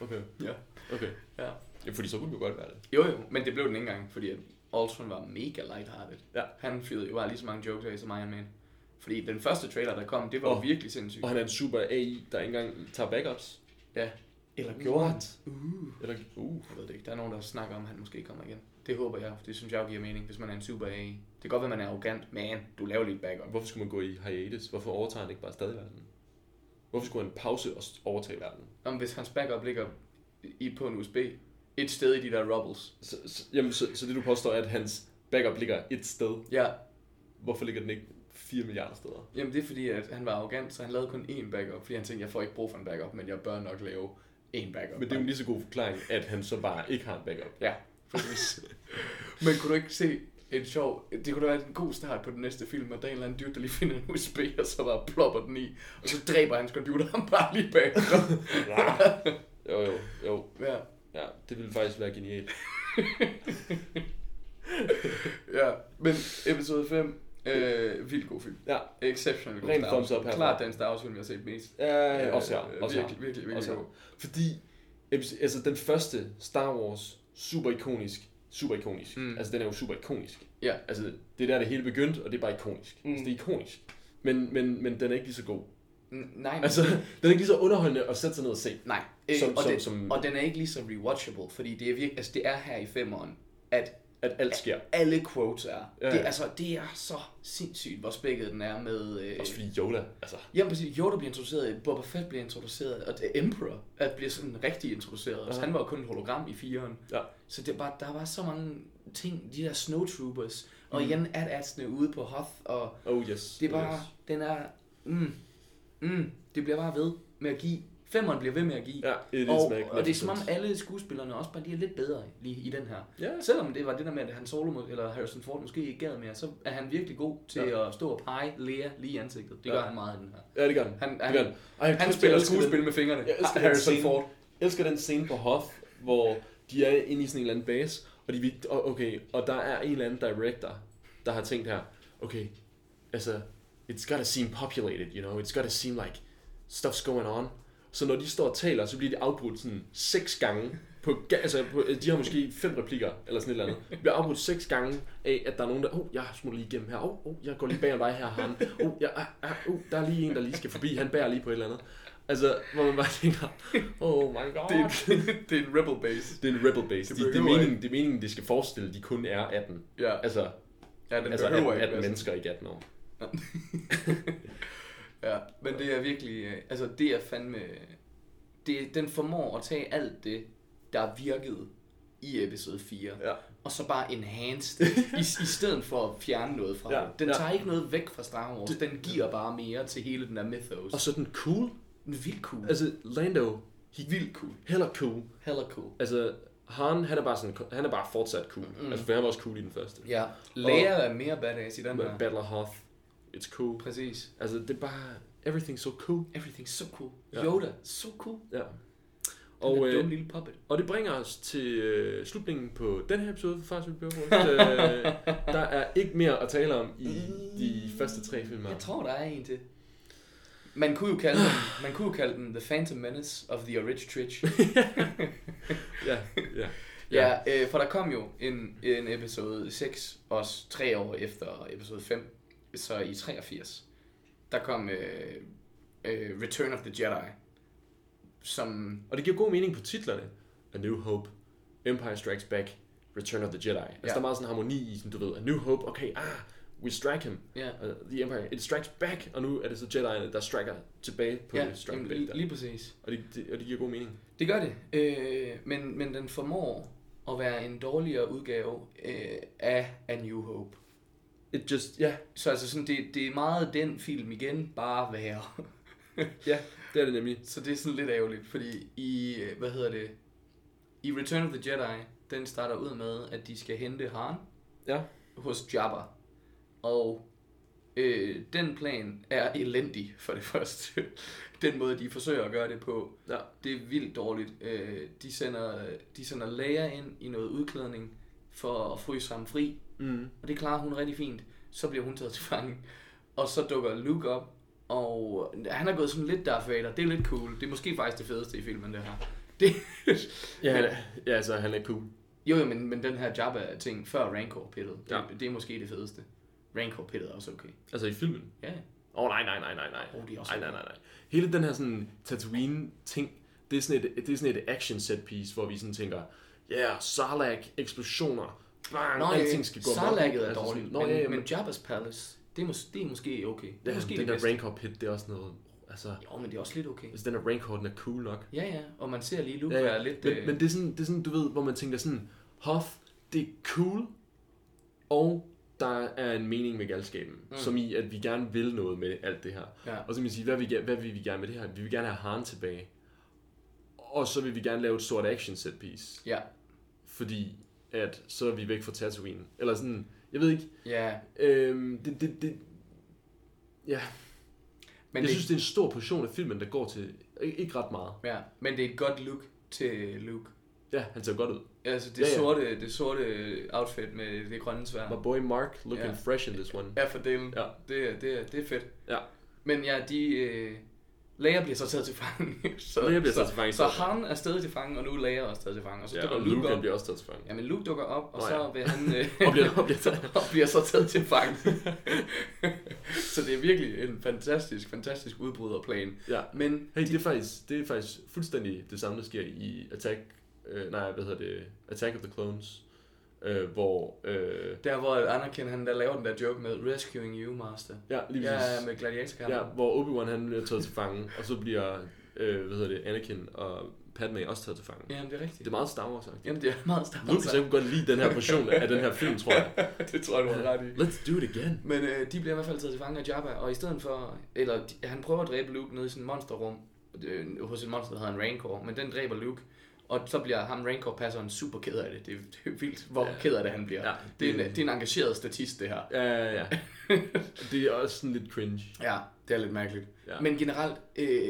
Okay.
Ja.
Okay.
Ja.
ja fordi så kunne det jo godt være det.
Jo jo, men det blev den ikke engang, fordi at Ultron var mega lighthearted.
Ja.
Han fyrede jo bare lige så mange jokes af som Iron Man. Fordi den første trailer, der kom, det var oh.
Åh.
virkelig sindssygt.
Og han er en super AI, der ikke engang tager backups.
Ja. Eller
Uh. Eller, uh.
Jeg ved det ikke. Der er nogen, der snakker om, at han måske kommer igen. Det håber jeg, for det synes jeg jo giver mening, hvis man er en super AI. Det kan godt være, man er arrogant, men du laver lige et backup.
Hvorfor skulle man gå i hiatus? Hvorfor overtager han ikke bare stadig verden? Hvorfor skulle han pause og s- overtage verden?
Om hvis hans backup ligger i, på en USB, et sted i de der rubbles.
Så, så, jamen, så, så det du påstår er, at hans backup ligger et sted.
Ja,
Hvorfor ligger den ikke 4 milliarder steder?
jamen det er fordi, at han var arrogant, så han lavede kun én backup, fordi han tænkte, jeg får ikke brug for en backup, men jeg bør nok lave én backup.
Men det er jo en lige så god forklaring, at han så bare ikke har en backup.
Ja, præcis. men kunne du ikke se en sjov... Det kunne da være en god start på den næste film, at der er en eller anden dyr, der lige finder en USB, og så bare plopper den i, og så dræber hans computer ham bare lige bag.
Jo, jo, jo.
ja,
Ja, det ville faktisk være genialt.
ja, men episode 5, øh, vildt god film.
Ja,
Exceptionelt god
Ren
Star Wars.
thumbs up herfra.
Klart den Star Wars film, jeg har set mest.
ja,
Øh,
ja også her.
øh,
Også her.
virkelig, virkelig, virkelig
Også her.
god.
Fordi epi- altså, den første Star Wars, super ikonisk, super ikonisk.
Mm.
Mm. Altså den er jo super ikonisk.
Ja.
Altså det er der det hele begyndte, og det er bare ikonisk.
Mm.
Mm. Altså, det er ikonisk. Men, men, men den er ikke lige så god.
N- Nej, men-
Altså den er ikke lige så underholdende at sætte sig ned og se.
nej. Øh,
Som-
og,
som-
den,
som-
og den er ikke lige så rewatchable, fordi det er, virke, altså, det er her i femeren, at
At alt sker.
alle quotes er. Ja,
Ja,
ja. Det,
ja.
altså, det er så sindssygt, hvor spækket den er med... Øh,
Også fordi Yoda, altså.
Jamen præcis, Yoda bliver introduceret, Boba Fett bliver introduceret, og The Emperor at bliver sådan rigtig introduceret. Uh-huh.
Ja.
Han var jo kun et hologram i firen.
Ja.
Så det er bare, der var så mange ting, de der snowtroopers, og igen at ude på Hoth, og
Oh Mm. yes.
det er
oh,
bare,
Yes.
den er, mm, mm, det bliver bare ved med at give Femmeren bliver ved med at give.
Ja, it is
og, og det er
magnificent.
som om alle skuespillerne også bare lige er lidt bedre lige i den her.
Ja.
Selvom det var det der med, at han Solo må- eller Harrison Ford måske ikke gad mere, så er han virkelig god til ja. at stå og pege Lea lige i ansigtet. Det
Ja.
gør han meget i den her.
Ja, det gør han.
Han-
det
han-
gør Ej, jeg
Han
elsker-
spiller
jeg elsker den-
skuespil med fingrene.
Jeg elsker den
Ah, Harrison
scene.
Ford.
Jeg elsker den scene på Hoth, hvor de er inde i sådan en eller anden base, og, de, vil- og- okay, og der er en eller anden director, der har tænkt her, okay, altså, it's gotta seem populated, you know, it's gotta seem like stuff's going on. Så når de står og taler, så bliver de afbrudt sådan seks gange. På, ga- altså, på, de har måske fem replikker, eller sådan et eller andet. Bliver afbrudt seks gange af, at der er nogen, der, oh, jeg smutter lige igennem her, oh, oh jeg går lige bag om dig her, han, oh, jeg, ah, ah, oh, der er lige en, der lige skal forbi, han bærer lige på et eller andet. Altså, hvor man bare tænker, oh my god.
Det er, en- det er en rebel base.
Det er en rebel base.
Det
Det, det, er
behøver
meningen, det er meningen, det skal forestille, de kun er 18.
Ja,
Altså,
ja den
altså
behøver
18,
ikke
18
være sådan.
mennesker, ikke 18 år.
Ja, men det er virkelig, øh, altså det er fandme, det, den formår at tage alt det, der virkede i episode 4,
Ja.
og så bare enhance det, i, i stedet for at fjerne noget fra
Ja,
det. Den
ja.
tager ikke noget væk fra Star Wars, den giver bare mere til hele den der mythos.
Og så den cool.
Den er vildt cool.
Altså, Lando, he,
vildt cool.
heller cool.
Hella cool.
Altså, han, han er bare sådan, han er bare fortsat cool. Mm. Altså, for han var også cool i den første.
Ja, Leia er mere badass i den
Men
her.
Battle of Hoth, it's cool.
Præcis.
Altså, det er bare, everything's so cool.
Everything's so cool.
Ja.
Yoda, so cool.
Ja.
Og, den
Og,
der dumme
øh,
lille puppet.
og det bringer os til øh, slutningen på den her episode, faktisk øh, Der er ikke mere at tale om i de første tre film.
Jeg tror, der er en til. Man kunne jo kalde den, man kunne jo kalde den The Phantom Menace of the Orange Tritch.
Ja, ja.
ja, øh, for der kom jo en, en episode 6, også tre år efter episode 5, så i 83, der kom øh, øh, Return of the Jedi, som...
Og det giver god mening på titlerne. A New Hope, Empire Strikes Back, Return of the Jedi. Altså,
Ja.
der er meget sådan harmoni i, sådan, du ved, A New Hope, okay, ah, we strike him.
Ja,
Uh, the Empire, it strikes back, og nu er det så Jedi'erne, der striker tilbage på
ja
det strike
jamen,
back der.
lige, lige præcis.
Og, det, det, og det giver god mening.
Det gør det, øh, men, men den formår at være en dårligere udgave øh, af A New Hope.
It just, ja, yeah,
Så altså sådan, det, det er meget den film igen, bare værre.
ja, yeah, det er det nemlig.
Så det er sådan lidt ærgerligt, fordi i, øh, hvad hedder det, i Return of the Jedi, den starter ud med, at de skal hente Han
Ja,
hos Jabba. Og øh, den plan er elendig for det første. den måde, de forsøger at gøre det på,
ja,
det er vildt dårligt. Øh, de, sender, de sender Leia ind i noget udklædning for at fryse ham fri,
mm,
og det klarer hun rigtig fint. Så bliver hun taget til fange. Og så dukker Luke op, og han er gået sådan lidt Darth Vader. Det er lidt cool. Det er måske faktisk det fedeste i filmen, det her. Det...
ja, han, er- ja, altså, han er cool.
jo, jo, men, men den her Jabba-ting før Rancor-pittet, det,
Ja.
ja. det er måske det fedeste. Rancor-pittet er også okay.
Altså i filmen.
Ja, ja.
Åh, oh, nej, nej, nej, nej, nej.
Åh, de er også
nej, nej, nej, nej. Hele den her sådan Tatooine-ting, det er sådan et, det er sådan et action set piece, hvor vi sådan tænker, ja, yeah, Sarlacc, eksplosioner, bang,
Nå,
alting skal gå amok.
Sarlac'et er
Altså
dårligt, men,
sådan, Nå, ja, ja, men,
men Jabba's Palace, det er, mås- det er måske okay. Det er
ja,
måske
den
det
der
bedste.
Rancor pit, det er også noget, altså,
Jo, men det er også lidt okay.
hvis den der Rancor, den er cool nok.
Ja, ja, og man ser lige Luke ja, er lidt...
men,
øh,
men det, er sådan, det er sådan, du ved, hvor man tænker sådan, Hoth, det er cool, og der er en mening med galskaben, mm. som i, at vi gerne vil noget med alt det her.
Ja.
Og så vil man sige, hvad vil, vi ge- hvad vil vi gerne med det her? Vi vil gerne have Han tilbage. Og så vil vi gerne lave et stort action set piece,
Ja,
fordi at så er vi væk fra Tatooine. Eller sådan, jeg ved ikke,
ja.
øhm, det, det, det, ja.
Men
jeg
det,
synes, det er en stor portion af filmen, der går til, ikke ikke ret meget.
ja, men det er et godt look til Luke.
Ja, han ser godt ud.
Altså det,
Ja,
ja, ja.
ja.
Sorte, det sorte outfit med det grønne svær.
My boy Mark looking
Ja.
fresh in this one.
Ja, for delen.
Ja.
Ja. Det, er- det, er- det er fedt.
Ja.
Men ja, de... Øh, Leia bliver så taget til fange. så,
Leia bliver
så,
taget til fange,
Så
så-
han er stadig til fange, og nu er Leia også taget til fange. Og så ja,
Ja,
dukker
og
Luke,
Luke han
op.
bliver også taget til fange.
Jamen Luke dukker op, og
Nå,
så
ja.
vil han... Øh,
Og bliver, og bliver taget.
og bliver så taget til fange. så det er virkelig en fantastisk, fantastisk udbryderplan.
Ja.
Men
Hey, det er, faktisk, det er faktisk fuldstændig det samme, der sker i Attack, øh, nej, hvad hedder det, Attack of the Clones, øh, hvor, øh,
der hvor Anakin han der laver den der joke med Rescuing you, master.
ja, lige
Ja,
præcis,
med gladiatorkampen.
ja, hvor Obi-Wan han bliver taget til fange, og så bliver, øh, hvad hedder det, Anakin og Padme også taget til fange.
Ja, det er rigtigt.
Det er meget Star wars -agtigt.
Jamen, altså- det er meget Star Wars.
Lucas, jeg kunne godt lide den her version af den her film, tror jeg.
det tror jeg, du har ret i.
Let's do it again.
Men øh, de bliver i hvert fald taget til fange af Jabba, og i stedet for... Eller de, han prøver at dræbe Luke nede i sådan et monsterrum, øh, hos et monster, der hedder en Rancor, men den dræber Luke. Og så bliver ham Rancor-passeren super ked af det. Det er, det er vildt, hvor
Ja.
ja. ked af det han bliver.
Ja,
Ja, det,
det-
er en, det er en engageret statist, det her.
Ja, ja, ja. Det er også sådan lidt cringe.
Ja, det er lidt mærkeligt.
Ja.
Ja. Men generelt, øh,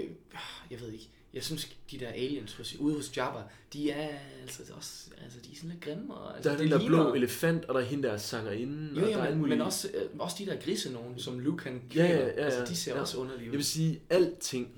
jeg ved ikke, jeg synes, de der aliens hos, ude hos Jabba, de er altså også, altså de er sådan lidt grimme. Og, altså,
Der er
de
den der blå
ligner-
elefant, og der er hende der sangerinde,
Jo,
og der
jo,
er alle
men,
mulige...
men også, øh, også de der grise nogen, som Luke han
Ja,
kæler.
ja, ja, ja.
Altså, de ser
ja.
også underlige
Jeg vil
ud.
sige, alting,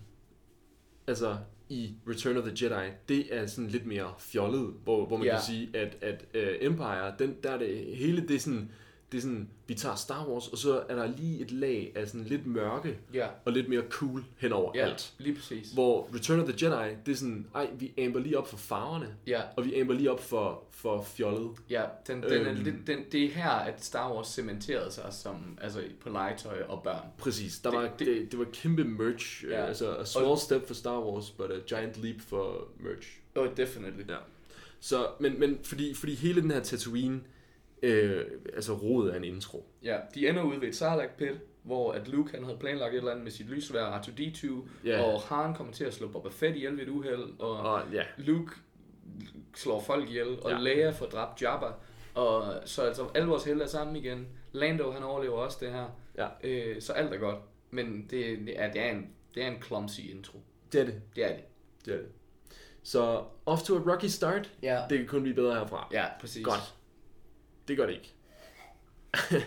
altså i Return of the Jedi, det er sådan lidt mere fjollet, hvor, hvor man
Ja.
kan sige, at, at uh, Empire, den, der er det hele, det er sådan, det er sådan, vi tager Star Wars, og så er der lige et lag af sådan lidt mørke,
Ja,
og lidt mere cool henover
ja,
alt.
lige præcis.
Hvor Return of the Jedi, det er sådan, ej, vi amper lige op for farverne,
Ja,
og vi amper lige op for, for fjollet.
ja den, den,
Øhm.
øhm. den, den, det er her, at Star Wars cementerede sig som, altså, på legetøj og børn.
Præcis, der det,
Det-
var, det,
det-
det, det var kæmpe merch, ja.
Ja.
altså a small step for Star Wars, but a giant leap for merch.
Oh, definitely.
Ja. Så, men, men fordi, fordi hele den her Tatooine, øh, altså rodet er en intro.
Ja, de ender ude ved et sarlacc pit, hvor at Luke han havde planlagt et eller andet med sit lysvær R2-D2,
Ja.
yeah. og Han kommer til at slå Boba Fett ihjel ved et uheld, og, og
Og ja,
Luke slår folk ihjel, og
Ja.
ja. Leia får dræbt Jabba, og så altså alle vores helte er sammen igen. Lando han overlever også det her,
Ja.
øh, så alt er godt. Men det, det, er, det, er en, det er en clumsy intro.
det er det.
Det er det.
det, er det. Så off to a rocky start.
Ja.
Det kan kun blive bedre herfra.
Ja, præcis.
Godt. Det gør det ikke.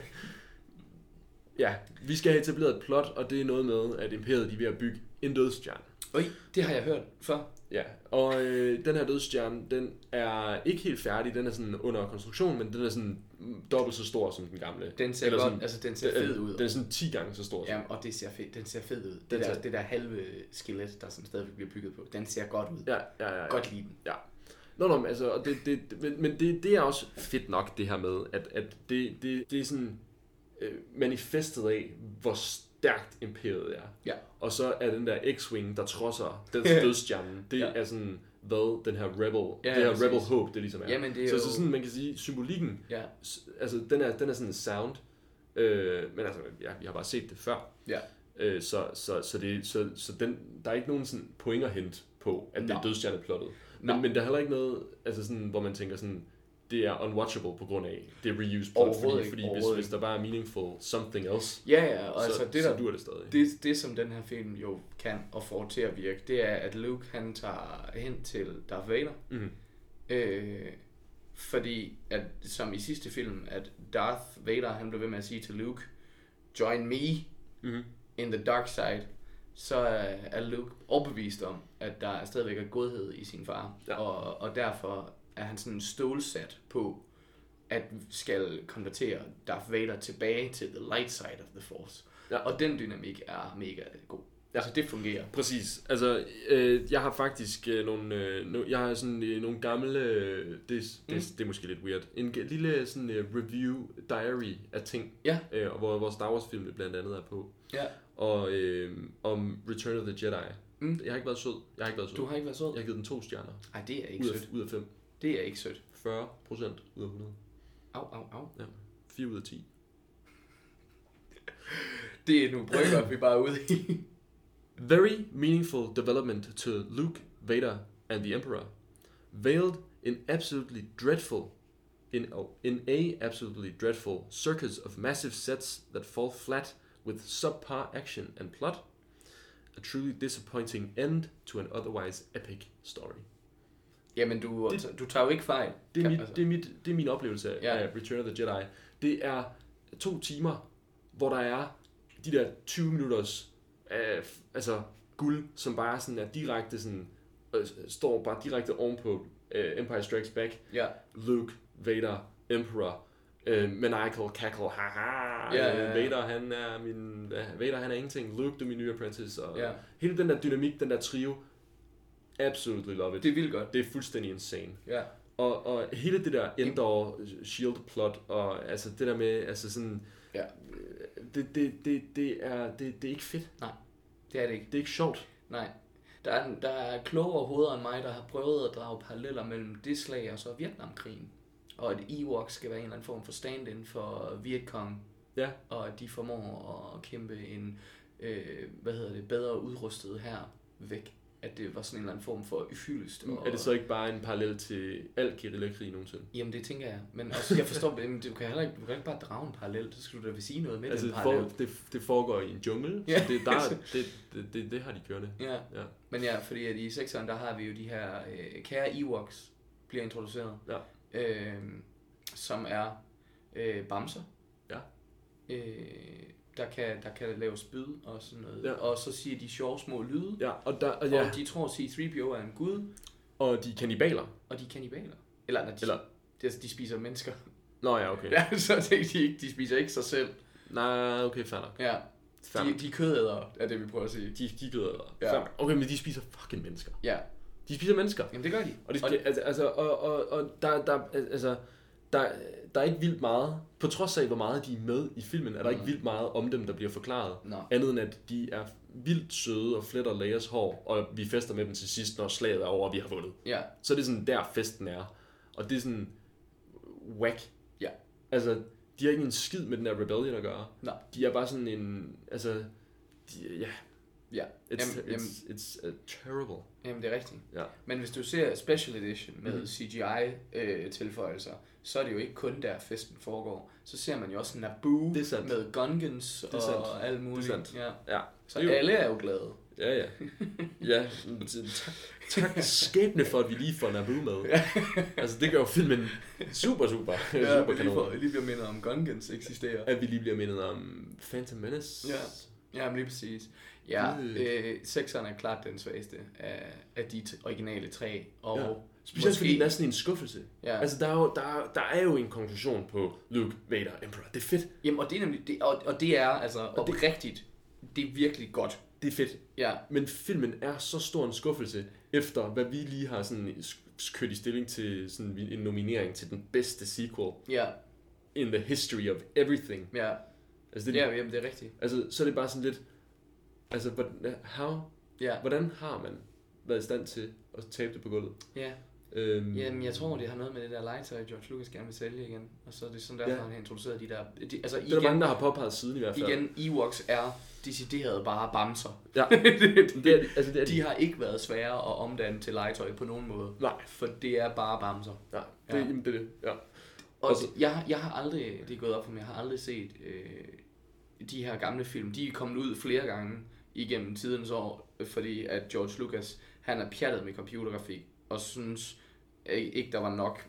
ja, vi skal have etableret et plot, og det er noget med, at imperiet de er ved at bygge en dødstjerne.
Øj, det har jeg hørt før.
Ja, og øh, den her dødsstjerne, den er ikke helt færdig, den er sådan under konstruktion, men den er sådan mm, dobbelt så stor som den gamle.
Den ser
Eller
godt,
sådan-
altså den ser fed ud.
Den er sådan 10 gange så stor.
Ja, og det ser fed, den ser fed ud. Det,
Den
den der,
ser-
det der halve skelet, der sådan stadigvæk bliver bygget på, den ser godt ud.
Ja, ja, ja. ja.
Godt lide den.
Ja. Nå, nå, men altså, og det, det, det- men, men det, det er også fedt nok, det her med, at, at det, det, det er sådan øh, manifestet af, hvor stærkt imperiet er.
Ja.
Og så er den der X-Wing, der trodser den dødstjernen, det ja.
Ja.
er sådan, hvad den her Rebel,
Ja,
ja, det her
præcis.
Rebel Hope, det ligesom er.
Jamen, det er
så,
jo-
så sådan, man kan sige, symbolikken,
Ja,
s- altså, den er, den er sådan sound, øh, men altså, ja, vi har bare set det før.
ja.
Øh, så, så, så, det, så, så den, der er ikke nogen sådan point at hente på, at det er
Nå.
dødstjerneplottet.
Nå.
Men, men der er heller ikke noget, altså sådan, hvor man tænker sådan, det er unwatchable på grund af det reuse plot,
Overhovedet
fordi,
ikke,
fordi hvis,
overhovedet
hvis
ikke.
der bare er meaningful something else,
Ja, ja, og
så,
altså det
så
der,
dur det stadig.
det, det som den her film jo kan og får til at virke, det er, at Luke han tager hen til Darth Vader,
Mhm.
øh, fordi, at, som i sidste film, at Darth Vader, han blev ved med at sige til Luke, join me,
Mm-hmm.
in the dark side, så er er Luke overbevist om, at der stadigvæk er godhed i sin far.
Ja.
Ja. Og, og derfor er han sådan stålsat på, at skal konvertere Darth Vader tilbage til the light side of the force.
Ja.
Ja. Og den dynamik er mega god. Ja. Altså det fungerer.
Præcis. Altså, øh, jeg har faktisk øh, nogle, øh, no, jeg har sådan øh, nogle gamle, øh, det, det, mm. det er måske lidt weird, en g- lille sådan øh, review diary af ting,
Ja.
øh, og hvor, hvor Star Wars filmene blandt andet er på,
Ja.
og øh, om Return of the Jedi.
Mm.
Jeg har ikke været sød. Jeg har ikke været sød.
Du har ikke været
Jeg
sød?
har givet den to stjerner.
Nej, det er ikke
Ud
sødt.
af, ud af fem.
Det er ikke sødt.
40 procent ud af 100.
Au, au, au.
Ja. 4 ud af 10.
Det er nu brygger, vi bare er ude i.
Very meaningful development to Luke, Vader, and the Emperor, veiled in absolutely dreadful, in a, in a absolutely dreadful circus of massive sets that fall flat with subpar action and plot. A truly disappointing end to an otherwise epic story.
Jamen, du, altså,
Det-
du tager jo ikke fejl.
Det er,
Kan-
mit,
altså.
det, er mit, det er min oplevelse af
Ja.
ja. Return of the Jedi. Det er to timer, hvor der er de der 20 minutters øh, f- altså guld, som bare sådan er direkte sådan, øh, står bare direkte ovenpå øh, Empire Strikes Back,
Ja.
Luke, Vader, Emperor, øh, maniacal cackle, haha,
Ja, ja,
øh,
ja.
Vader han er min, øh, Vader han er ingenting, Luke du er min nye apprentice, og
Ja.
hele den der dynamik, den der trio, absolutely love it.
Det er vildt godt.
det er fuldstændig insane.
Ja.
Og, og hele det der Endor Shield E plot og altså det der med altså sådan øh,
Ja.
det, det, det, det er det, det er ikke fedt.
Det er det ikke.
Det er ikke sjovt.
Nej. Der er, der er klogere hoveder end mig, der har prøvet at drage paralleller mellem det slag og så Vietnamkrigen. Og at Ewoks skal være en eller anden form for stand-in for Vietcong.
Ja.
Og at de formår at kæmpe en, øh, hvad hedder det, bedre udrustet her væk. at det var sådan en eller anden form for hyldest.
Mm, Er det så ikke bare en parallel til al guerillakrig nogensinde?
Jamen, det tænker jeg. Men også, jeg forstår, men du kan heller ikke, du kan ikke bare drage en parallel. Så skal du da vil sige noget med
Altså,
den
det,
parallel.
for, det, det foregår i en jungle, ja.
Ja.
så det, er der, det, det, det, det har de kørende.
Ja,
Ja.
men ja, fordi at i sektoren, der har vi jo de her øh, kære Ewoks, bliver introduceret.
Ja.
Øh, som er øh, bamser.
Ja.
Øh, der, kan, der kan lave spyd og sådan noget.
Ja.
Og så siger de sjove små lyde.
Ja, og, der, og,
Ja.
ja,
Og de tror, at C-3PO er en gud,
og de er kannibaler.
og de er kannibaler. Eller, nej, de,
Eller,
de, altså, de spiser mennesker.
nå ja, okay.
Ja, så det er de, ikke, de spiser ikke sig selv.
Nej, okay, fair nok.
Ja,
Fair
de,
nok.
de er kødædere, er det, vi prøver at sige.
De, de gider.
Ja.
Ja. Okay, men de spiser fucking mennesker.
Ja,
De spiser mennesker.
jamen det gør de.
Og, det, og altså, altså, og, og, og der, der, altså, der, der er ikke vildt meget, på trods af hvor meget de er med i filmen, er der ikke vildt meget om dem, der bliver forklaret.
Mm. Nå.
Andet end at de er vildt søde og fletter Leias hår, og vi fester med dem til sidst, når slaget er over, og vi har vundet.
Ja,
Så er det sådan, der festen er. Og det er sådan, whack.
ja.
Altså, de har ikke en skid med den der rebellion at gøre.
Nej.
De er bare sådan en, altså, de, ja,
Ja,
it's,
jamen, jamen,
it's, it's, uh, terrible.
jamen det er rigtigt.
Ja.
Men hvis du ser Special Edition med
Mhm.
mm. CGI-tilføjelser, øh, så er det jo ikke kun der festen foregår. Så ser man jo også Naboo
Det er sandt.
med Gungans
er
og
sandt.
alt muligt.
Det er sandt.
Ja.
Ja.
Så
Det er jo-
alle er jo glade.
Ja, ja. Ja, t- tak skæbne for, at vi lige får Naboo med. Altså, det gør jo filmen super, super, ja, super
vi lige, får,
kanon.
lige bliver mindet om Gungans eksisterer.
At vi lige bliver mindet om Phantom Menace.
Ja. Ja, men lige præcis. Ja,
Mm.
øh, sekseren er klart den svageste af, af de t- originale tre. Og
Ja.
ja.
Specielt Måske. fordi den er sådan en skuffelse.
Ja.
Altså, der er, jo, der, er, der er jo en konklusion på Luke, Vader, Emperor. Det er fedt.
Jamen, og det er nemlig, det, og, og det er altså og det, rigtigt. Det er virkelig godt.
Det er fedt.
Ja,
Men filmen er så stor en skuffelse, efter hvad vi lige har sådan sk- kørt i stilling til sådan en nominering til den bedste sequel
ja,
in the history of everything.
ja.
Altså, det,
Det, ja, jamen, det er rigtigt.
Altså, så er det bare sådan lidt... Altså, hvordan, how,
Ja.
hvordan har man været i stand til at tabe det på gulvet?
Ja,
Øhm,
jamen, jeg tror, det har noget med det der legetøj, George Lucas gerne vil sælge igen. Og så er det sådan derfor,
Ja.
han har introduceret de der... De, altså
det er der
igen,
mange, der har påpeget siden i hvert fald.
igen, Ewoks er decideret bare bamser.
Ja,
det,
det er, de- altså, det er de.
de har ikke været svære at omdanne til legetøj på nogen måde.
Nej.
For det er bare bamser.
Ja, det,
Ja.
ja. Jamen, det er det. Ja.
Og
Altså-
det- jeg, jeg har aldrig, det er gået op for mig, jeg har aldrig set øh, de her gamle film. De er kommet ud flere gange igennem tidens år, fordi at George Lucas, han er pjattet med computergrafik, og synes øh, ikke, der var nok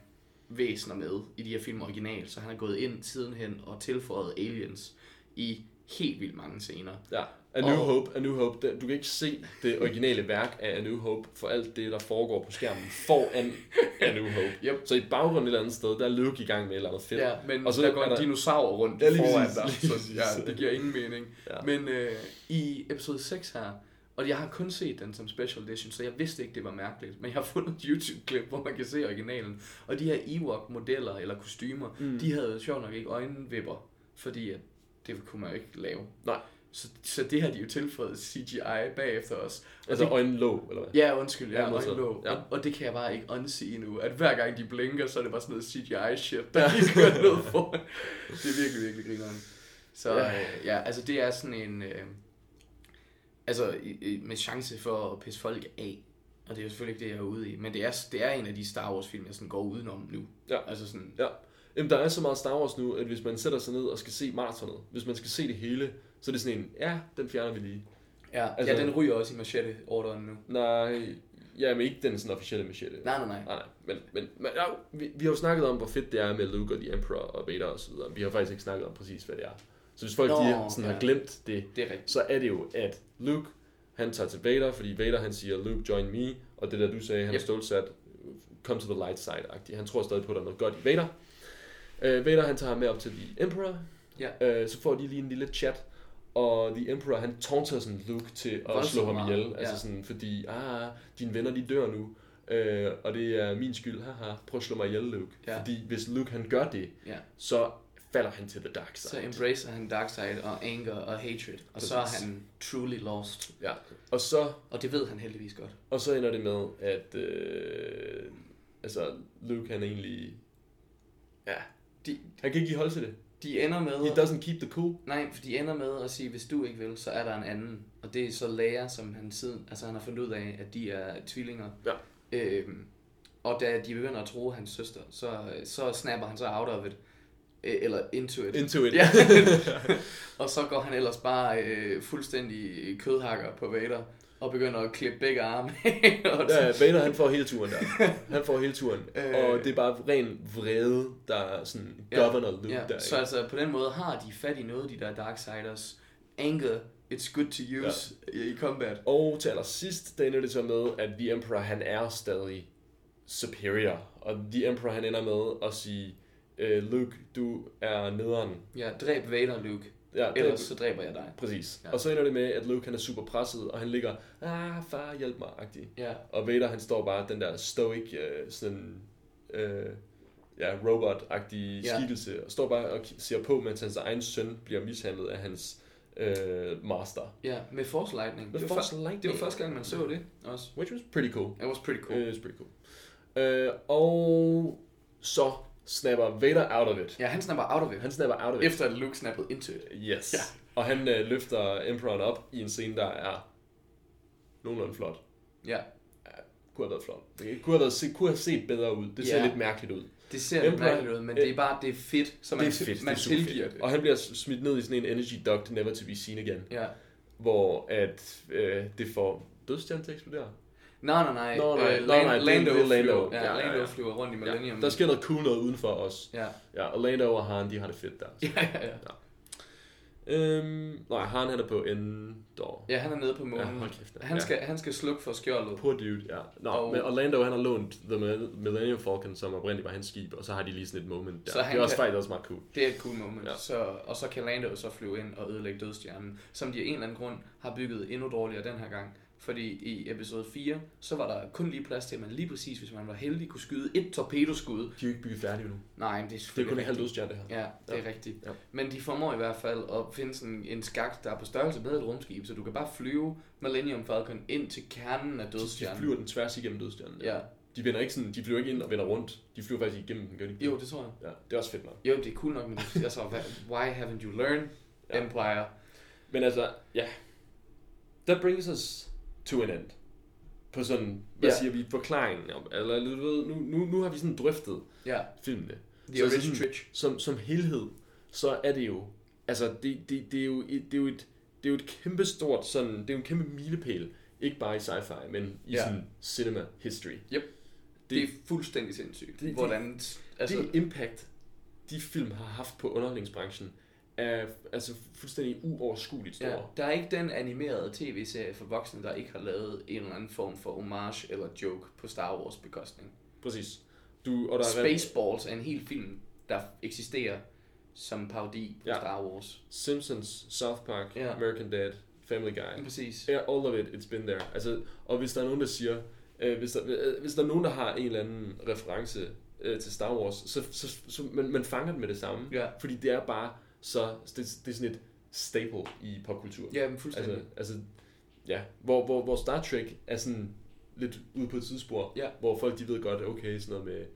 væsener med i de her film original, så han er gået ind sidenhen og tilføjet aliens i helt vildt mange scener.
ja. A New
Og-
Hope, A New Hope. Det- Du kan ikke se det originale værk af A New Hope for alt det, der foregår på skærmen foran A New Hope.
Yep.
Så i baggrunden et eller andet sted, der er Luke i gang med et eller andet fedt.
Ja, men
og så
der går
er
en dinosaur rundt
Ja, lige
foran
præcis,
dig,
lige
så
præcis.
ja, det giver ingen mening.
Ja.
Men øh, i episode 6 her, og jeg har kun set den som special edition, så jeg vidste ikke, det var mærkeligt. Men jeg har fundet et YouTube-klip, hvor man kan se originalen. Og de her Ewok-modeller eller kostymer, mm. de havde jo sjovt nok ikke øjenvipper, fordi at det kunne man jo ikke lave.
Nej,
Så, så det har de jo tilføjet CGI bagefter os. Og
altså
det,
øjenlåg, eller hvad?
Ja, undskyld,
Ja,
ja,
modsat.
øjenlåg.
altså, Ja.
Og, og det kan jeg bare ikke unsige nu, at hver gang de blinker, så er det bare sådan noget CGI-shit, der lige kører ned foran. Det er virkelig, virkelig grineren. Så
Ja.
ja. Øh, ja, altså det er sådan en, øh, altså i- i- med chance for at pisse folk af, og det er jo selvfølgelig ikke det, jeg er ude i, men det er, det er en af de Star Wars-film, jeg sådan går udenom nu.
Ja.
Altså sådan,
Ja. Jamen, der er så meget Star Wars nu, at hvis man sætter sig ned og skal se maratonet, hvis man skal se det hele, så er det sådan en, ja, den fjerner vi lige.
ja, altså,
Altså-
ja, den ryger også i machete-orderen nu.
Nej, ja, men ikke den sådan officielle machete.
Nej, nej, nej.
Nej, nej. Men, men, men ja, vi, vi har jo snakket om, hvor fedt det er med Luke og The Emperor og Vader og så videre. Vi har faktisk ikke snakket om præcis, hvad det er. Så hvis folk
Nå,
lige sådan
ja.
har glemt det,
Det er rigtigt.
så er det jo, at Luke, han tager til Vader, fordi Vader, han siger, Luke, join me, og det der, du sagde, han
Yep.
yep. er stålsat, come to the light side-agtig. Han tror stadig på, at der er noget godt i Vader. Uh, Vader, han tager ham med op til The Emperor,
Ja.
Øh, så får de lige en lille chat, og The Emperor, han taunter sådan Luke til at
Voldsomt
slå ham
meget,
ihjel. Altså
ja.
sådan, fordi, ah, dine venner, de dør nu, øh, og det er min skyld, haha, prøv at slå mig ihjel, Luke.
Ja.
Fordi hvis Luke, han gør det,
Ja.
så falder han til the dark side.
Så embracer han Darkseid og anger og hatred, og så er han truly lost.
ja. Og så
Og det ved han heldigvis godt.
Og så ender det med, at øh, altså, Luke han egentlig... Ja,
De,
han kan ikke lige holde til det.
de ender med...
He doesn't keep the cool.
Nej, for de ender med at sige, hvis du ikke vil, så er der en anden. Og det er så læger, som han siden, altså han har fundet ud af, at de er tvillinger.
Ja.
Øhm, og da de begynder at tro hans søster, så, så snapper han så out of it. Øh, Eller into it.
Into it.
Ja. og så går han ellers bare øh, fuldstændig kødhakker på Vader og begynder at klippe begge arme. af, og
Ja, Vader han får hele turen der. Han får hele turen.
Øh.
Og det er bare ren vrede, der er sådan
Ja,
governor Luke
ja,
der.
så
ikke?
altså på den måde har de fat i noget, de der Darksiders. Anger, it's good to use i combat.
Og til allersidst, der ender det så med, at The Emperor, han er stadig superior. Og The Emperor, han ender med at sige, øh, Luke, du er nederen.
Ja, dræb Vader, Luke.
Ja, det-
Ellers så dræber jeg dig.
Præcis.
Ja.
Ja. Og så ender det med, at Luke han er super presset, og han ligger, ah, far, hjælp mig, agtig.
Ja,
Og Vader han står bare den der stoic, øh, sådan, øh, ja, robot-agtig
Ja.
ja. skikkelse, og står bare og k- ser på, mens hans egen søn bliver mishandlet af hans øh, master.
ja, med Force Lightning.
Med
det, var
Force
før-
Lightning.
det var første gang, man så det også.
Which was pretty cool.
It was pretty cool.
cool. Uh, it's pretty cool. Øh, og så snapper Vader out of it.
Ja, han snapper out of it.
Han snapper out of it.
Efter at Luke snappede into it.
Yes.
Ja.
Og han øh, løfter Emperoren op i en scene, der er nogenlunde flot.
Ja,
kunne have været flot. Det kunne have, været, se, kunne have set bedre ud. Det ser
Ja.
lidt mærkeligt ud.
det ser lidt
Emperor-
mærkeligt ud, men det er bare, det er fedt, så man,
det er fedt.
man
det er super
tilgiver
fedt.
det.
Og han bliver smidt ned i sådan en energy duct, never to be seen again.
Ja.
Hvor at, øh, det får dødstjernen til at eksplodere.
Nej, nej, nej.
Nå, nej,
Øh,
nå,
Lan-
nej, det er-
Lando,
det er Lando.
flyver-
Ja,
Ja,
ja, ja.
Lando flyver rundt i Millennium.
Ja. Der sker noget cool noget udenfor os.
Ja,
Ja, og Lando og Han, de har det fedt der.
ja, ja. ja.
Øhm, nej, Han han er på Endor.
Ja, han er nede på
Ja,
månen.
hold kæft, mand.
han,
Ja.
skal, han skal slukke for skjoldet.
Poor dude, ja. Nå,
Og-
og... men Orlando, han har lånt The Millennium Falcon, som oprindeligt var hans skib, og så har de lige sådan et moment der.
Så
Så
han
det er også
kan-
faktisk også meget cool.
Det er et cool moment. Ja.
Ja.
Så, og så kan Lando så flyve ind og ødelægge dødstjernen, som de af en eller anden grund har bygget endnu dårligere den her gang. Fordi i episode 4, så var der kun lige plads til, at man lige præcis, hvis man var heldig, kunne skyde et torpedoskud.
De er jo ikke bygget færdige nu.
Nej, men det er
Det er
selvfølgelig
kun en halv
rigtigt.
dødstjerne, det her.
Ja, det er
Ja.
rigtigt. Ja.
Ja.
Men de formår i hvert fald at finde sådan en skak, der er på størrelse med et rumskib, så du kan bare flyve Millennium Falcon ind til kernen af
De, de
dødstjernen.
flyver den tværs igennem dødstjernen.
Ja.
De, vender ikke sådan, de flyver ikke ind og vender rundt. De flyver faktisk igennem den, gør de ikke?
Jo, det tror jeg.
Ja, det er også fedt nok.
Jo, det er cool nok, men det- altså, hvad- why haven't you learned
Ja.
Empire?
Men altså, ja. That brings us to an end. På sådan, hvad
Ja.
yeah. siger vi, forklaringen. om- Eller du ved, nu, nu, nu har vi sådan drøftet
Ja,
filmene.
the
Så
original
sådan-
trilogy.
som, som helhed, så er det jo, altså det, det, det, er, jo et, det er jo et, det er jo et kæmpe stort sådan, det er jo en kæmpe milepæl, ikke bare i sci-fi, men i
Ja.
ja. sådan cinema history.
Yep.
Det,
Det er
det,
fuldstændig sindssygt,
Det- det-
hvordan... Altså,
altså, det impact, de film har haft på underholdningsbranchen, er altså fuldstændig uoverskueligt stor.
ja, der er ikke den animerede tv-serie for voksne, der ikke har lavet en eller anden form for homage eller joke på Star Wars bekostning.
Præcis. Du, og der er
Spaceballs er en hel film, der eksisterer som parodi på ja.
Ja.
Star Wars.
Simpsons, South Park,
Ja. Mhm.
American Dad, Family Guy.
Ja. Præcis.
Yeah, all of it, it's been there. Altså, og hvis der er nogen, der siger, øh, hvis, der, øh, hvis der er nogen, der har en eller anden reference øh, til Star Wars, så, så, så man, man fanger den med det samme.
Ja.
Fordi det er bare så, det, det er sådan et staple i popkultur.
Ja, men fuldstændig.
Altså, altså, ja. Hvor, hvor, hvor Star Trek er sådan lidt ude på et tidsspor,
Ja.
hvor folk de ved godt, okay, sådan noget med,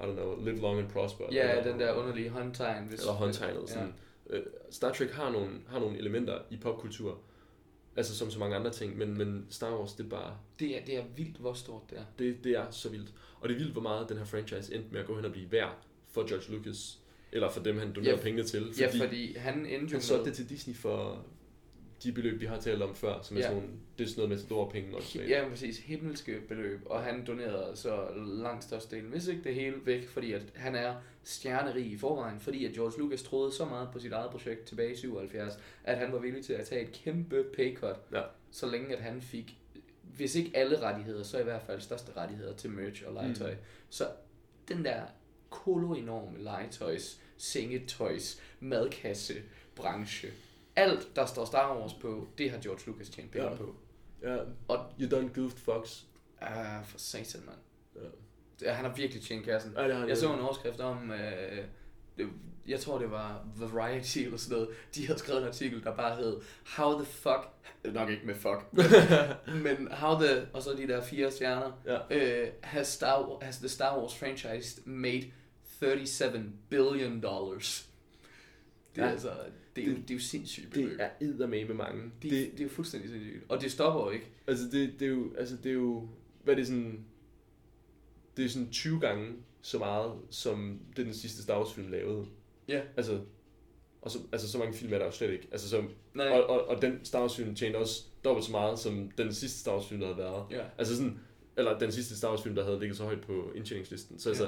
I don't know, live long and prosper.
ja,
eller-
den der underlige håndtegn. Hvis,
eller håndtegnet. Sådan. Ja. Star Trek har nogle, har nogle elementer i popkultur, altså som så mange andre ting, men, men Star Wars, det er bare,
Det, er, det er vildt, hvor stort det er.
det, det er så vildt. Og det er vildt, hvor meget den her franchise endte med at gå hen og blive værd for George Lucas, eller for dem, han donerede
Ja,
ja, pengene til, fordi,
Fordi ja, fordi han endte jo
han solgte
med...
det til Disney for de beløb, vi har talt om før, som er
Ja.
sådan nogle, det er sådan noget med store penge og sådan noget.
Ja, præcis. Himmelske beløb, og han donerede så langt størstedelen, hvis ikke det hele væk, fordi at han er stjernerig i forvejen, fordi at George Lucas troede så meget på sit eget projekt tilbage i 77, at han var villig til at tage et kæmpe pay cut,
Ja.
så længe at han fik, hvis ikke alle rettigheder, så i hvert fald største rettigheder til merch og legetøj. Mm. Så den der kolo-enorme legetøjs, sengetøjs, madkasse, branche, alt, der står Star Wars på, det har George Lucas tjent penge
Ja.
på.
Ja.
Og-
You done goofed, Fox.
Ah, for satan, mand.
Ja.
Ja, Han har virkelig tjent kassen.
Ej, det har han
Jeg
jo.
så en overskrift om, øh, det- jeg tror det var Variety eller sådan noget, de havde skrevet en artikel, der bare hed, How the fuck, nok ikke med fuck, men, men how the, og så de der fire stjerner,
Ja.
øh, has, Star, Wa- has the Star Wars franchise made 37 billion dollars. Det er,
Ja.
ja. altså, det, er jo, det er jo sindssygt beløb.
Det er eddermame mange.
det, det, det er jo fuldstændig sindssygt. Og det stopper jo ikke.
Altså det, det er jo, altså det er jo, hvad er det sådan, det er sådan 20 gange så meget, som det den sidste Star Wars film lavede.
Ja.
Altså, og så, altså så mange film er der jo slet ikke. Altså så,
Nej.
og, og, og den Star Wars film tjente også dobbelt så meget, som den sidste Star Wars film, der havde været.
Ja.
Altså sådan, eller den sidste Star Wars film, der havde ligget så højt på indtjeningslisten. Så
Ja.
altså,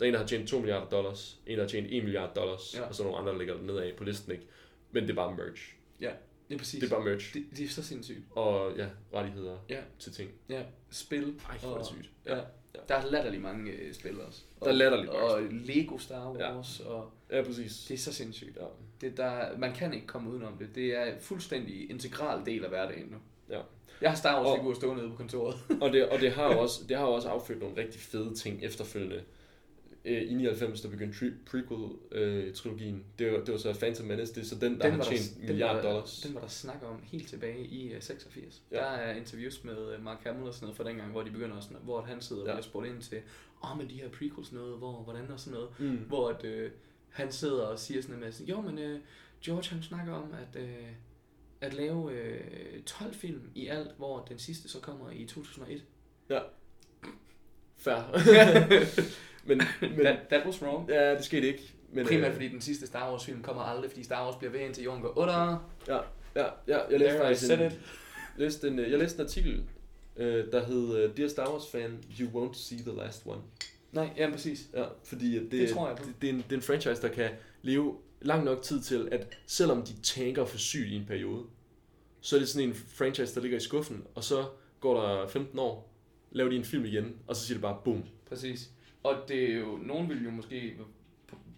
der er en, der har tjent 2 milliarder dollars, en, der har tjent 1 milliard dollars,
Ja.
og så nogle andre, der ligger nedad på listen, ikke? Men det er bare merch.
Ja, det er præcis.
Det er bare merch.
det, det er så sindssygt.
Og ja, rettigheder
Ja.
til ting.
Ja, spil.
Ej, hvor er det sygt.
Ja.
Ja.
Der er latterlig mange øh, spil også.
Der er latterlig mange
Og Lego Star Wars, ja. og
Ja, præcis.
det er så sindssygt.
Ja.
Det der, man kan ikke komme udenom det. Det er en fuldstændig integral del af hverdagen nu.
Ja.
Jeg har Star
Og-
Wars figurer stående nede på kontoret.
Og, det, og det, har jo også, det har jo også affødt nogle rigtig fede ting efterfølgende. Øh, I 99, der begyndte pre- prequel-trilogien. det, var, det var så Phantom Menace. Det er så den, der den har
var der-
tjent milliard
var, der-
dollars.
Den var der snak om helt tilbage i uh, 86.
Ja.
Ja. Der er interviews med øh, Mark Hamill og sådan noget fra dengang, hvor de begynder sådan, hvor han sidder og
Ja.
bliver spurgt ind til, åh, oh, men de her prequels noget, hvor, hvordan og sådan noget.
Mm.
Hvor at, øh, han sidder og siger sådan en masse, jo, men øh, George han snakker om, at, øh, at lave øh, 12 film i alt, hvor den sidste så kommer i 2001.
Fair. men, men
that, that was wrong.
ja, det skete ikke. Men,
Primært
øh,
fordi den sidste Star Wars film kommer aldrig, fordi Star Wars bliver ved indtil jorden går under.
Ja, ja, ja jeg læste
There, I
faktisk
said
en,
it.
læste en, øh, jeg læste en artikel, øh, der hed øh, Dear Star Wars fan, you won't see the last one.
Nej, ja, præcis.
Ja, fordi at det,
Det tror jeg på.
det, det, er en, det er en franchise, der kan leve lang nok tid til, at selvom de tanker for sygt i en periode, så er det sådan en franchise, der ligger i skuffen, og så går der 15 år, laver de en film igen, og så siger det bare boom.
Præcis. Og det er jo, nogen vil jo måske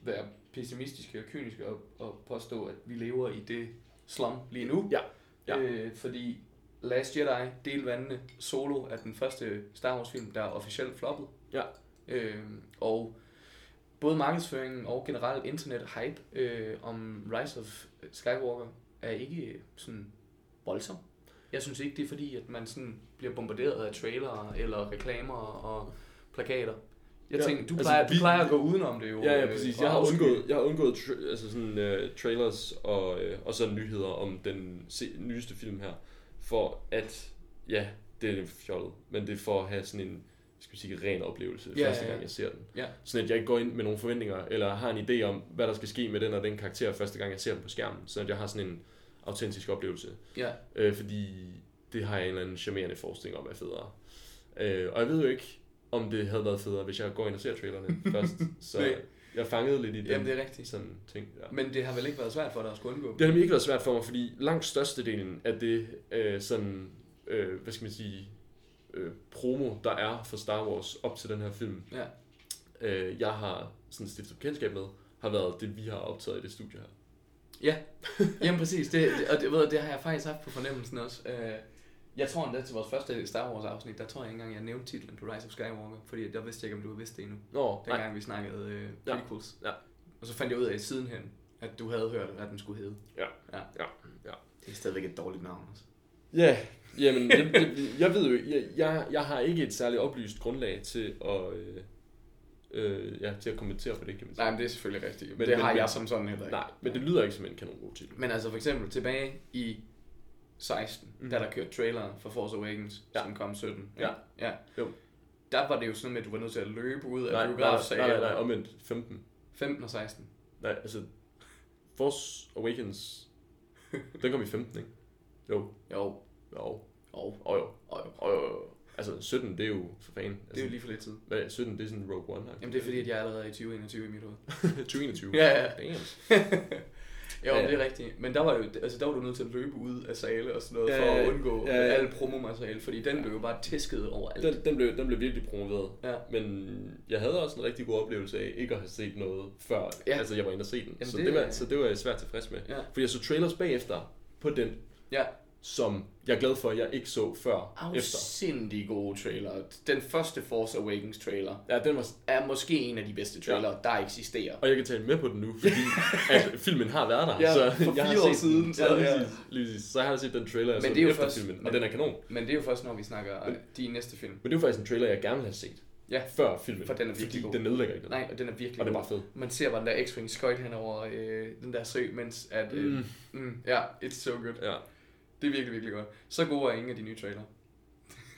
være pessimistiske og kyniske og, og påstå, at vi lever i det slum lige nu.
Ja. Ja.
Øh, fordi Last Jedi, Del Vandene, Solo er den første Star Wars film, der er officielt floppet.
Ja.
Øh, og både markedsføringen og generelt internet-hype øh, om Rise of Skywalker er ikke øh, sådan voldsom. Jeg synes ikke, det er fordi, at man sådan bliver bombarderet af trailere eller reklamer og plakater. Jeg
Ja,
ja, tænker, du
altså,
plejer, altså,
vi-
du plejer at gå udenom det jo.
Ja, ja,
øh,
præcis.
og
Jeg har
afsky.
undgået, jeg har undgået tra- altså sådan, uh, trailers og, uh, og så nyheder om den se- nyeste film her, for at, ja, det er fjollet, men det er for at have sådan en, skal vi sige, ren oplevelse,
Ja,
første
ja, ja.
gang jeg ser den.
Ja.
Sådan at jeg ikke går ind med nogle forventninger, eller har en idé om, hvad der skal ske med den og den karakter, første gang jeg ser den på skærmen, så at jeg har sådan en autentisk oplevelse.
Ja,
Øh, fordi det har jeg en eller anden charmerende forestilling om er federe. Øh, og jeg ved jo ikke, om det havde været federe, hvis jeg går ind og ser trailerne først. Så
Nej.
jeg fangede lidt i den
jamen det er rigtigt.
sådan ting. Ja.
Men det har vel ikke været svært for dig at skulle undgå
Det har nemlig ikke været svært for mig, fordi langt størstedelen af det øh, sådan, øh, hvad skal man sige, øh, promo, der er for Star Wars op til den her film,
Ja.
øh, jeg har sådan stiftet kendskab med, har været det, vi har optaget i det studie her.
Ja, jamen præcis. Det, det, og det, ved, du, det har jeg faktisk haft på fornemmelsen også. Øh, Jeg tror endda til vores første Star Wars afsnit, der tror jeg ikke engang, jeg nævnte titlen på Rise of Skywalker, fordi der vidste jeg ikke, om du havde vidst det endnu,
Nå, nej,
dengang vi snakkede øh,
Ja.
prequels.
Ja.
Og så fandt jeg ud af sidenhen, at du havde hørt, hvad den skulle hedde.
Ja.
ja.
Ja. Ja.
Det er stadigvæk et dårligt navn også.
Ja, jamen, jeg, jeg, jeg ved jo, jeg, jeg, jeg har ikke et særligt oplyst grundlag til at, øh, øh, ja, til at kommentere på det, kan man sige.
Nej, men det er selvfølgelig rigtigt. Men,
Men-
det
men-
har
men-
jeg som sådan heller ikke.
Nej, men det lyder ikke som en kanon god titel.
Men altså for eksempel tilbage i 16,
Mhm.
mm. da der kørte trailer for Force Awakens,
Ja.
ja. som kom 17.
Ja.
ja.
Jo.
Der var det jo sådan med, at du var nødt til at løbe ud af
Nej, nej, nej, nej, nej,
biografsalen.
omvendt 15.
15 og 16.
Nej, altså, Force Awakens, den kom i 15, ikke? Jo,
Jo,
jo,
og
jo, jo,
og jo.
jo, jo. Altså, 17, det er jo for fanden. Altså,
Det er jo lige for lidt tid.
hvad, er 17, det er sådan Rogue One.
Jamen det er fordi, at jeg er allerede i 2021 i mit hoved.
2021.
Ja, ja.
Damn.
Jo,
Ja.
ja. det er rigtigt. Men der var, jo, altså, der var du nødt til at løbe ud af sale og sådan noget,
Ja,
for
ja,
at undgå
ja,
ja,
ja.
ja. alt promomateriale, fordi den blev jo bare tæsket over alt.
Den, den, blev, den blev virkelig promoveret.
Ja.
Men jeg havde også en rigtig god oplevelse af ikke at have set noget før, ja.
Ja.
altså jeg var inde og se den. Jamen
Jamen,
så, det,
det-
var, så det var jeg svært tilfreds med.
Ja.
Fordi jeg så trailers bagefter på den,
Ja.
som jeg er glad for, at jeg ikke så før efter.
Afsindig gode trailer. Den første Force Awakens trailer
Ja, den var,
er måske en af de bedste trailere, ja. der eksisterer.
og jeg kan tale med på den nu, fordi at filmen har været der.
Ja,
så
for
jeg har
fire
set
år siden,
Den.
så-
Ja, lige
ja.
præcis, lige præcis. Så jeg har set den trailer, jeg
Men
så
det er jo
efter
først-
filmen, og
men-
den er kanon.
Men det er jo først, når vi snakker øh, de næste film.
Men det var faktisk en trailer, jeg gerne ville have set.
Ja.
før filmen.
For den er virkelig
fordi
god.
den nedlægger ikke noget.
Nej, og den er virkelig
Og den er
god.
bare fed.
Man ser bare den der X-Wing skøjt hen over øh, den der sø, mens at... Øh, mm.
Mm.
Mm, ja, it's so good.
Ja,
Det er virkelig, virkelig godt. Så gode er ingen af de nye trailer.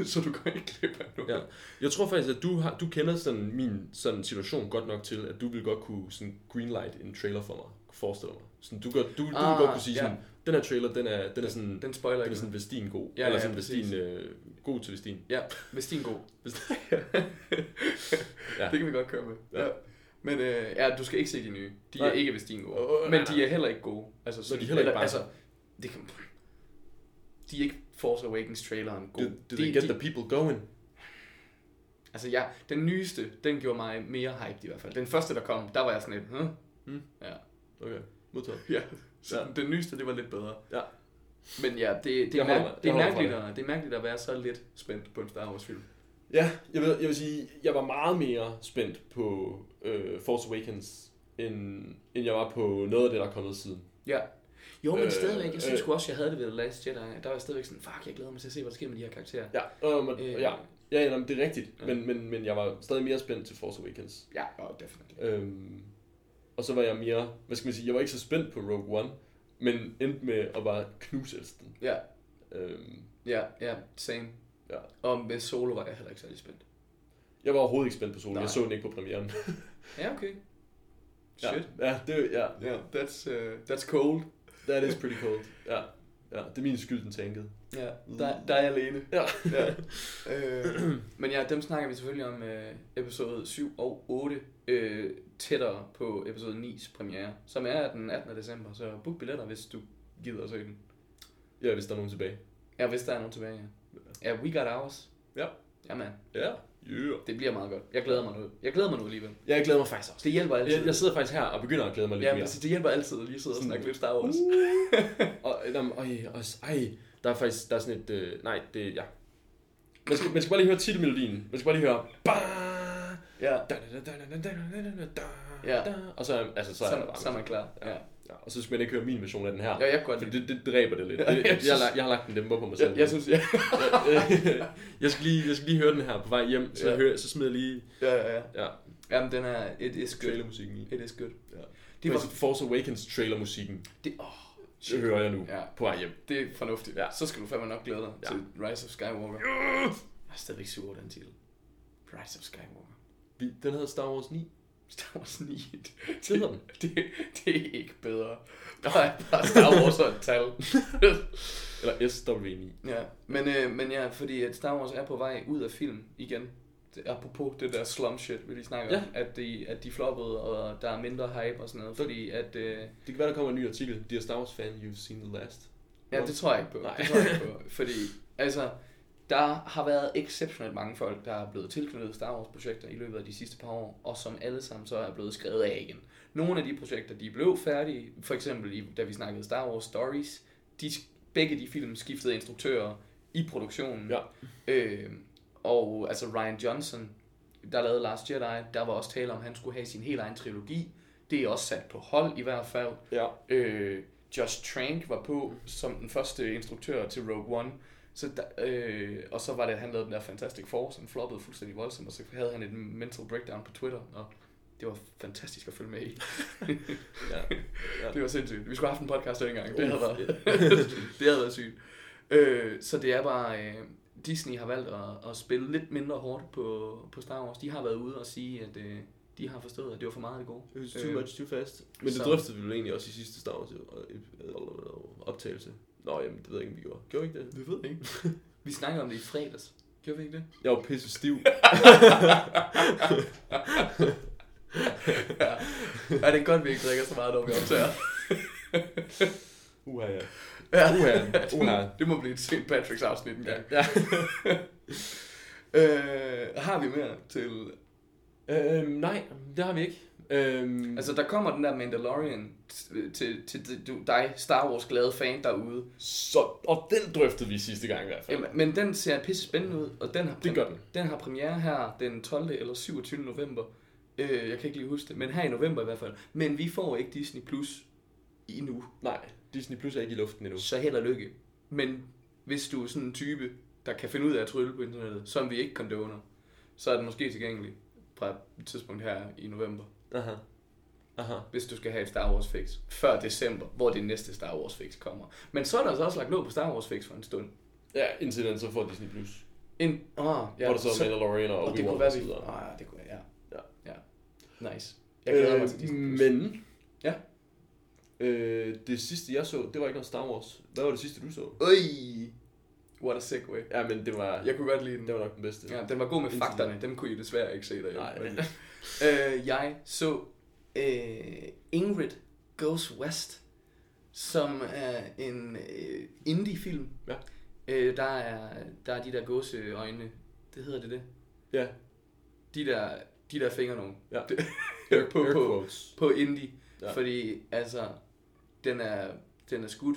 så du går ikke glip af noget.
ja. Jeg tror faktisk, at du, har, du kender sådan min sådan situation godt nok til, at du vil godt kunne sådan greenlight en trailer for mig, forestille mig. Sådan, du, godt, du, du
Ah,
vil godt kunne sige
ja.
sådan, den her trailer, den er, den er sådan, den,
Den spoiler
den er
ikke.
sådan Vestin god.
Ja,
Eller
ja,
sådan
præcis.
Vestin, øh, god til Vestin.
Ja, hvis din god.
Hvis-
ja.
Ja.
Det kan vi godt køre med. Ja.
Ja.
ja. Men øh, ja, du skal ikke se de nye. De er
Nej.
ikke hvis din gode.
Åh, åh,
Men
nej,
de
nej.
er heller ikke gode. Altså, sådan,
de er heller ikke
eller,
bare-
altså, det kan, de er ikke Force Awakens traileren god.
Did, did they get the people going?
Altså ja, den nyeste, den gjorde mig mere hyped i hvert fald. Den første, der kom, der var jeg sådan lidt, huh?
Hmm.
Ja.
Okay, modtaget.
ja. Så
Ja.
den nyeste, det var lidt bedre.
Ja.
Men ja, det, det, er,
Jeg holder mig-
mær- det, er,
jeg holder mig fra
mærkeligt at, det er mærkeligt at være så lidt spændt på en Star Wars film.
Ja, jeg vil, jeg vil sige, jeg var meget mere spændt på øh, Force Awakens, end, end jeg var på noget af det, der er kommet siden.
Ja. Jo, men øh,
Øh,
stadigvæk, jeg synes
øh.
øh. også, jeg havde det ved The Last Jedi. Der var jeg stadigvæk sådan, fuck, jeg glæder mig til at se, hvad der sker med de her karakterer.
Ja, øh, men,
Øh.
øh. ja, ja, ja men det er rigtigt,
Ja.
ja. Men, men, men jeg var stadig mere spændt til Force Awakens.
Ja, oh, definitely.
Øhm, og så var jeg mere, hvad skal man sige, jeg var ikke så spændt på Rogue One, men endte med at bare knuse den.
Ja,
Øhm,
ja, ja, same.
Ja.
Og med Solo var jeg heller ikke særlig spændt.
jeg var overhovedet ikke spændt på solen,
Nej.
jeg så den ikke på premieren.
Ja, okay. Shit.
ja, ja, det, ja,
Yeah, that's, uh, that's cold.
that is pretty cold. Ja, ja, det er min skyld, den tankede.
Ja, der, der er jeg alene.
Ja.
ja. Øh, men ja, dem snakker vi selvfølgelig om øh, episode 7 og 8 øh, tættere på episode 9's premiere, som er den 18. december. Så book billetter, hvis du gider at se den.
Ja, hvis der er nogen tilbage.
Ja, hvis der er nogen tilbage, ja. Ja, we got ours.
Ja.
Jamen,
Ja, yeah.
det bliver meget godt. Jeg glæder mig nu. Jeg glæder mig nu alligevel.
Ja, jeg glæder mig faktisk også.
Det hjælper altid.
Jeg, jeg sidder faktisk her og begynder at glæde mig lidt
ja, men
mere.
det hjælper altid at lige sidde og
Sådan- Uh.
snakke lidt Star Wars.
Og, øh, jamen, øj, og, s- ej, der er faktisk der er sådan et... Øh, nej, det ja. Man skal, man skal bare lige høre titelmelodien. Man skal bare lige høre... Ba,
Ja,
da, da, da, da, da, da, da, da, da,
Ja.
da, Og så, er- altså, så,
så,
er
så,
der bare...
så er man klar. Ja.
ja, og så skal man ikke høre min version af den her.
Ja, jeg kan godt
for
lide
det, det dræber det lidt.
Ja,
Ja,
jeg
jeg, jeg, har,
synes-
lagt- jeg har lagt en dæmper på mig selv.
Jeg, jeg synes, ja.
jeg, jeg, skal lige, jeg skal lige høre den her på vej hjem, så,
Ja.
ja. hører, så smider jeg lige
ja, ja, ja.
ja,
Jamen, den er, it is good.
trailermusikken i.
It is good.
Ja.
Det var,
Force Awakens trailermusikken,
det, oh,
det hører jeg nu
Ja.
ja. på vej hjem.
det er fornuftigt. Ja.
Ja.
Så skal du fandme nok glæde dig ja.
Ja.
til Rise of Skywalker. Jeg er stadigvæk sur over den titel. Rise of Skywalker.
Vi- Den hedder Star Wars 9.
Star Wars 9. Det,
hedder den.
det, det er ikke bedre. Bare, bare Star Wars og et tal.
Eller SW9.
ja. Men, øh, men ja, fordi at Star Wars er på vej ud af film igen. Det- Apropos det der slum shit, vi lige snakker
Ja.
om, at de, at de floppede, og der er mindre hype og sådan noget, fordi at... Øh,
Det kan være, der kommer en ny artikel. Dear Star Wars fan, you've seen the last.
Ja, det tror jeg ikke på.
Nej.
Det tror jeg ikke på. Fordi, altså, der har været exceptionelt mange folk, der er blevet tilknyttet Star Wars-projekter i løbet af de sidste par år, og som alle sammen så er blevet skrevet af igen. Nogle af de projekter, de blev færdige, for eksempel i, da vi snakkede Star Wars Stories, de, begge de film skiftede instruktører i produktionen.
Ja.
Øh, og altså Ryan Johnson, der lavede Last Jedi, der var også tale om, at han skulle have sin helt egen trilogi. Det er også sat på hold i hvert fald.
Ja.
Øh, Josh Trank var på som den første instruktør til Rogue One. Så der, øh, og så var det, at han lavede den der Fantastic Four, som floppede fuldstændig voldsomt, og så havde han et mental breakdown på Twitter, og det var fantastisk at følge med i.
ja. Ja.
Det var sindssygt. Vi skulle have haft en podcast dengang. Det
Uh,
havde været,
fedt.
det havde været sygt. Øh, så det er bare... Øh, Disney har valgt at, at spille lidt mindre hårdt på, på Star Wars. De har været ude og sige, at øh, de har forstået, at det var for meget af det gode.
It was too much, too fast. Øh, Men
så-
det drøftede vi vel egentlig også i sidste Star Wars optagelse. Nå, jamen, det ved jeg ikke, om vi gjorde. Gjorde vi ikke det?
Det ved jeg ikke. Vi snakkede om det i fredags. Gjorde vi ikke det?
Jeg var pisse stiv.
ja. ja, det er godt, vi ikke drikker så meget, når vi optager.
Uha, ja.
Ja.
Uha,
Det
uha.
må, det må blive et St. Patrick's afsnit en gang.
Ja.
øh, har vi mere til...
Øhm, nej, det har vi ikke. Øhm,
Altså, der kommer den der Mandalorian t- til, til, til du- dig, Star Wars-glade fan derude.
så, og den drøftede vi sidste gang i hvert fald.
Jamen, Men den ser pisse spændende ud, og den har,
Det gør den.
den har premiere her den 12. eller 27. november. Øh, jeg kan ikke lige huske det, men her i november i hvert fald. Men vi får ikke Disney Plus endnu,
Nej, Disney Plus er ikke i luften endnu.
så held og lykke. Men hvis du er sådan en type, der kan finde ud af at trylle på internettet, som vi ikke condoner, så er den måske tilgængelig fra et tidspunkt her i november,
Aha. Aha.
hvis du skal have et Star Wars fix før december, hvor det næste Star Wars fix kommer. Men så er der altså også lagt ned på Star Wars fix for en stund.
Ja, indtil den så får Disney+. Plus.
En, ah,
Ja,
ja,
hvor der så, Mandalorian og,
og det
Obi-Wan
kunne være,
så
vi...
videre.
Ah, det kunne, ja.
Ja.
ja. Nice. Jeg glæder øh, mig til
øh,
Disney+.
Men...
Ja.
Øh, det sidste, jeg så, det var ikke noget Star Wars. Hvad var det sidste, du så?
Øj! What a segue.
Ja, men det var,
Jeg kunne godt lide den.
det var nok den bedste.
Ja, den var god med
Indtil
fakterne. Dem kunne I desværre ikke se derhjemme.
Nej.
øh, jeg så øh, Ingrid Goes West, som er en øh, indie-film.
Ja.
Øh, der, er, der er de der gåseøjne. Det hedder det det?
Ja,
De der, de der fingre nogen.
Ja.
Det- på,
air
på,
quotes.
på indie.
Ja.
Ja. Fordi altså, den er, den er skudt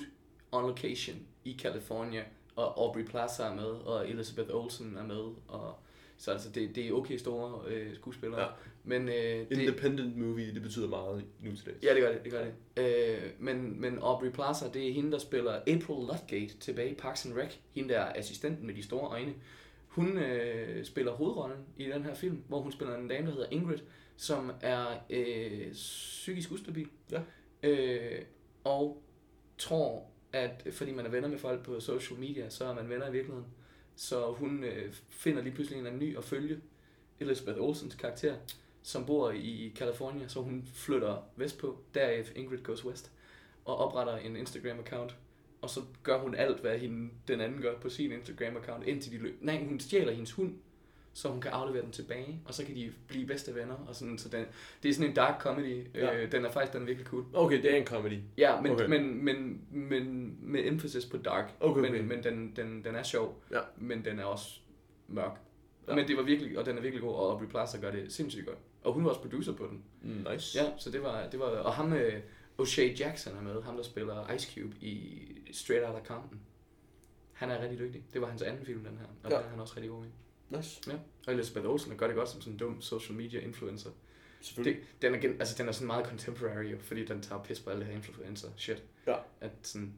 on location i California, og Aubrey Plaza er med, og Elizabeth Olsen er med, og så altså, det, det er okay store øh, skuespillere.
Ja.
Ja. Men, øh, det,
Independent movie, det betyder meget nu til dags.
ja, det gør det, det gør det. Øh, men, men Aubrey Plaza, det er hende, der spiller April Ludgate tilbage i Parks and Rec, hende der er assistenten med de store øjne. Hun øh, spiller hovedrollen i den her film, hvor hun spiller en dame, der hedder Ingrid, som er øh, psykisk ustabil.
Ja.
Øh, og tror, at fordi man er venner med folk på social media, så er man venner i virkeligheden. Så hun øh, finder lige pludselig en eller anden ny at følge, Elizabeth Olsens karakter, som bor i California, så hun flytter vestpå, deraf Ingrid Goes West, og opretter en Instagram-account. Og så gør hun alt, hvad hende, den anden gør på sin Instagram-account, indtil de løb. Nej, hun stjæler hendes hund, så hun kan aflevere den tilbage, og så kan de blive bedste venner. Og sådan, så den, det er sådan en dark comedy.
Ja.
Ja. Øh, den er faktisk den er virkelig cool.
Okay, det er en comedy.
Ja, men,
Okay.
okay. men, men, men med emphasis på dark.
Okay,
men,
okay.
men den, den, den er sjov,
Ja.
men den er også mørk.
Ja.
Ja. Men det var virkelig, og den er virkelig god, og Aubrey Plaza gør det sindssygt godt. Og hun var også producer på den.
Mm, nice.
Ja, så det var, det var og ham med O'Shea Jackson er med, ham der spiller Ice Cube i Straight Outta Compton. Han er rigtig dygtig. Det var hans anden film, den her, og
Ja.
ja. den er han også rigtig god i.
Nice.
Og Elizabeth Olsen gør det godt som sådan en dum social media influencer.
Selvfølgelig.
Det, den, er, gen- altså, den er sådan meget contemporary, jo, fordi den tager pis på alle her influencer shit.
Ja.
At sådan,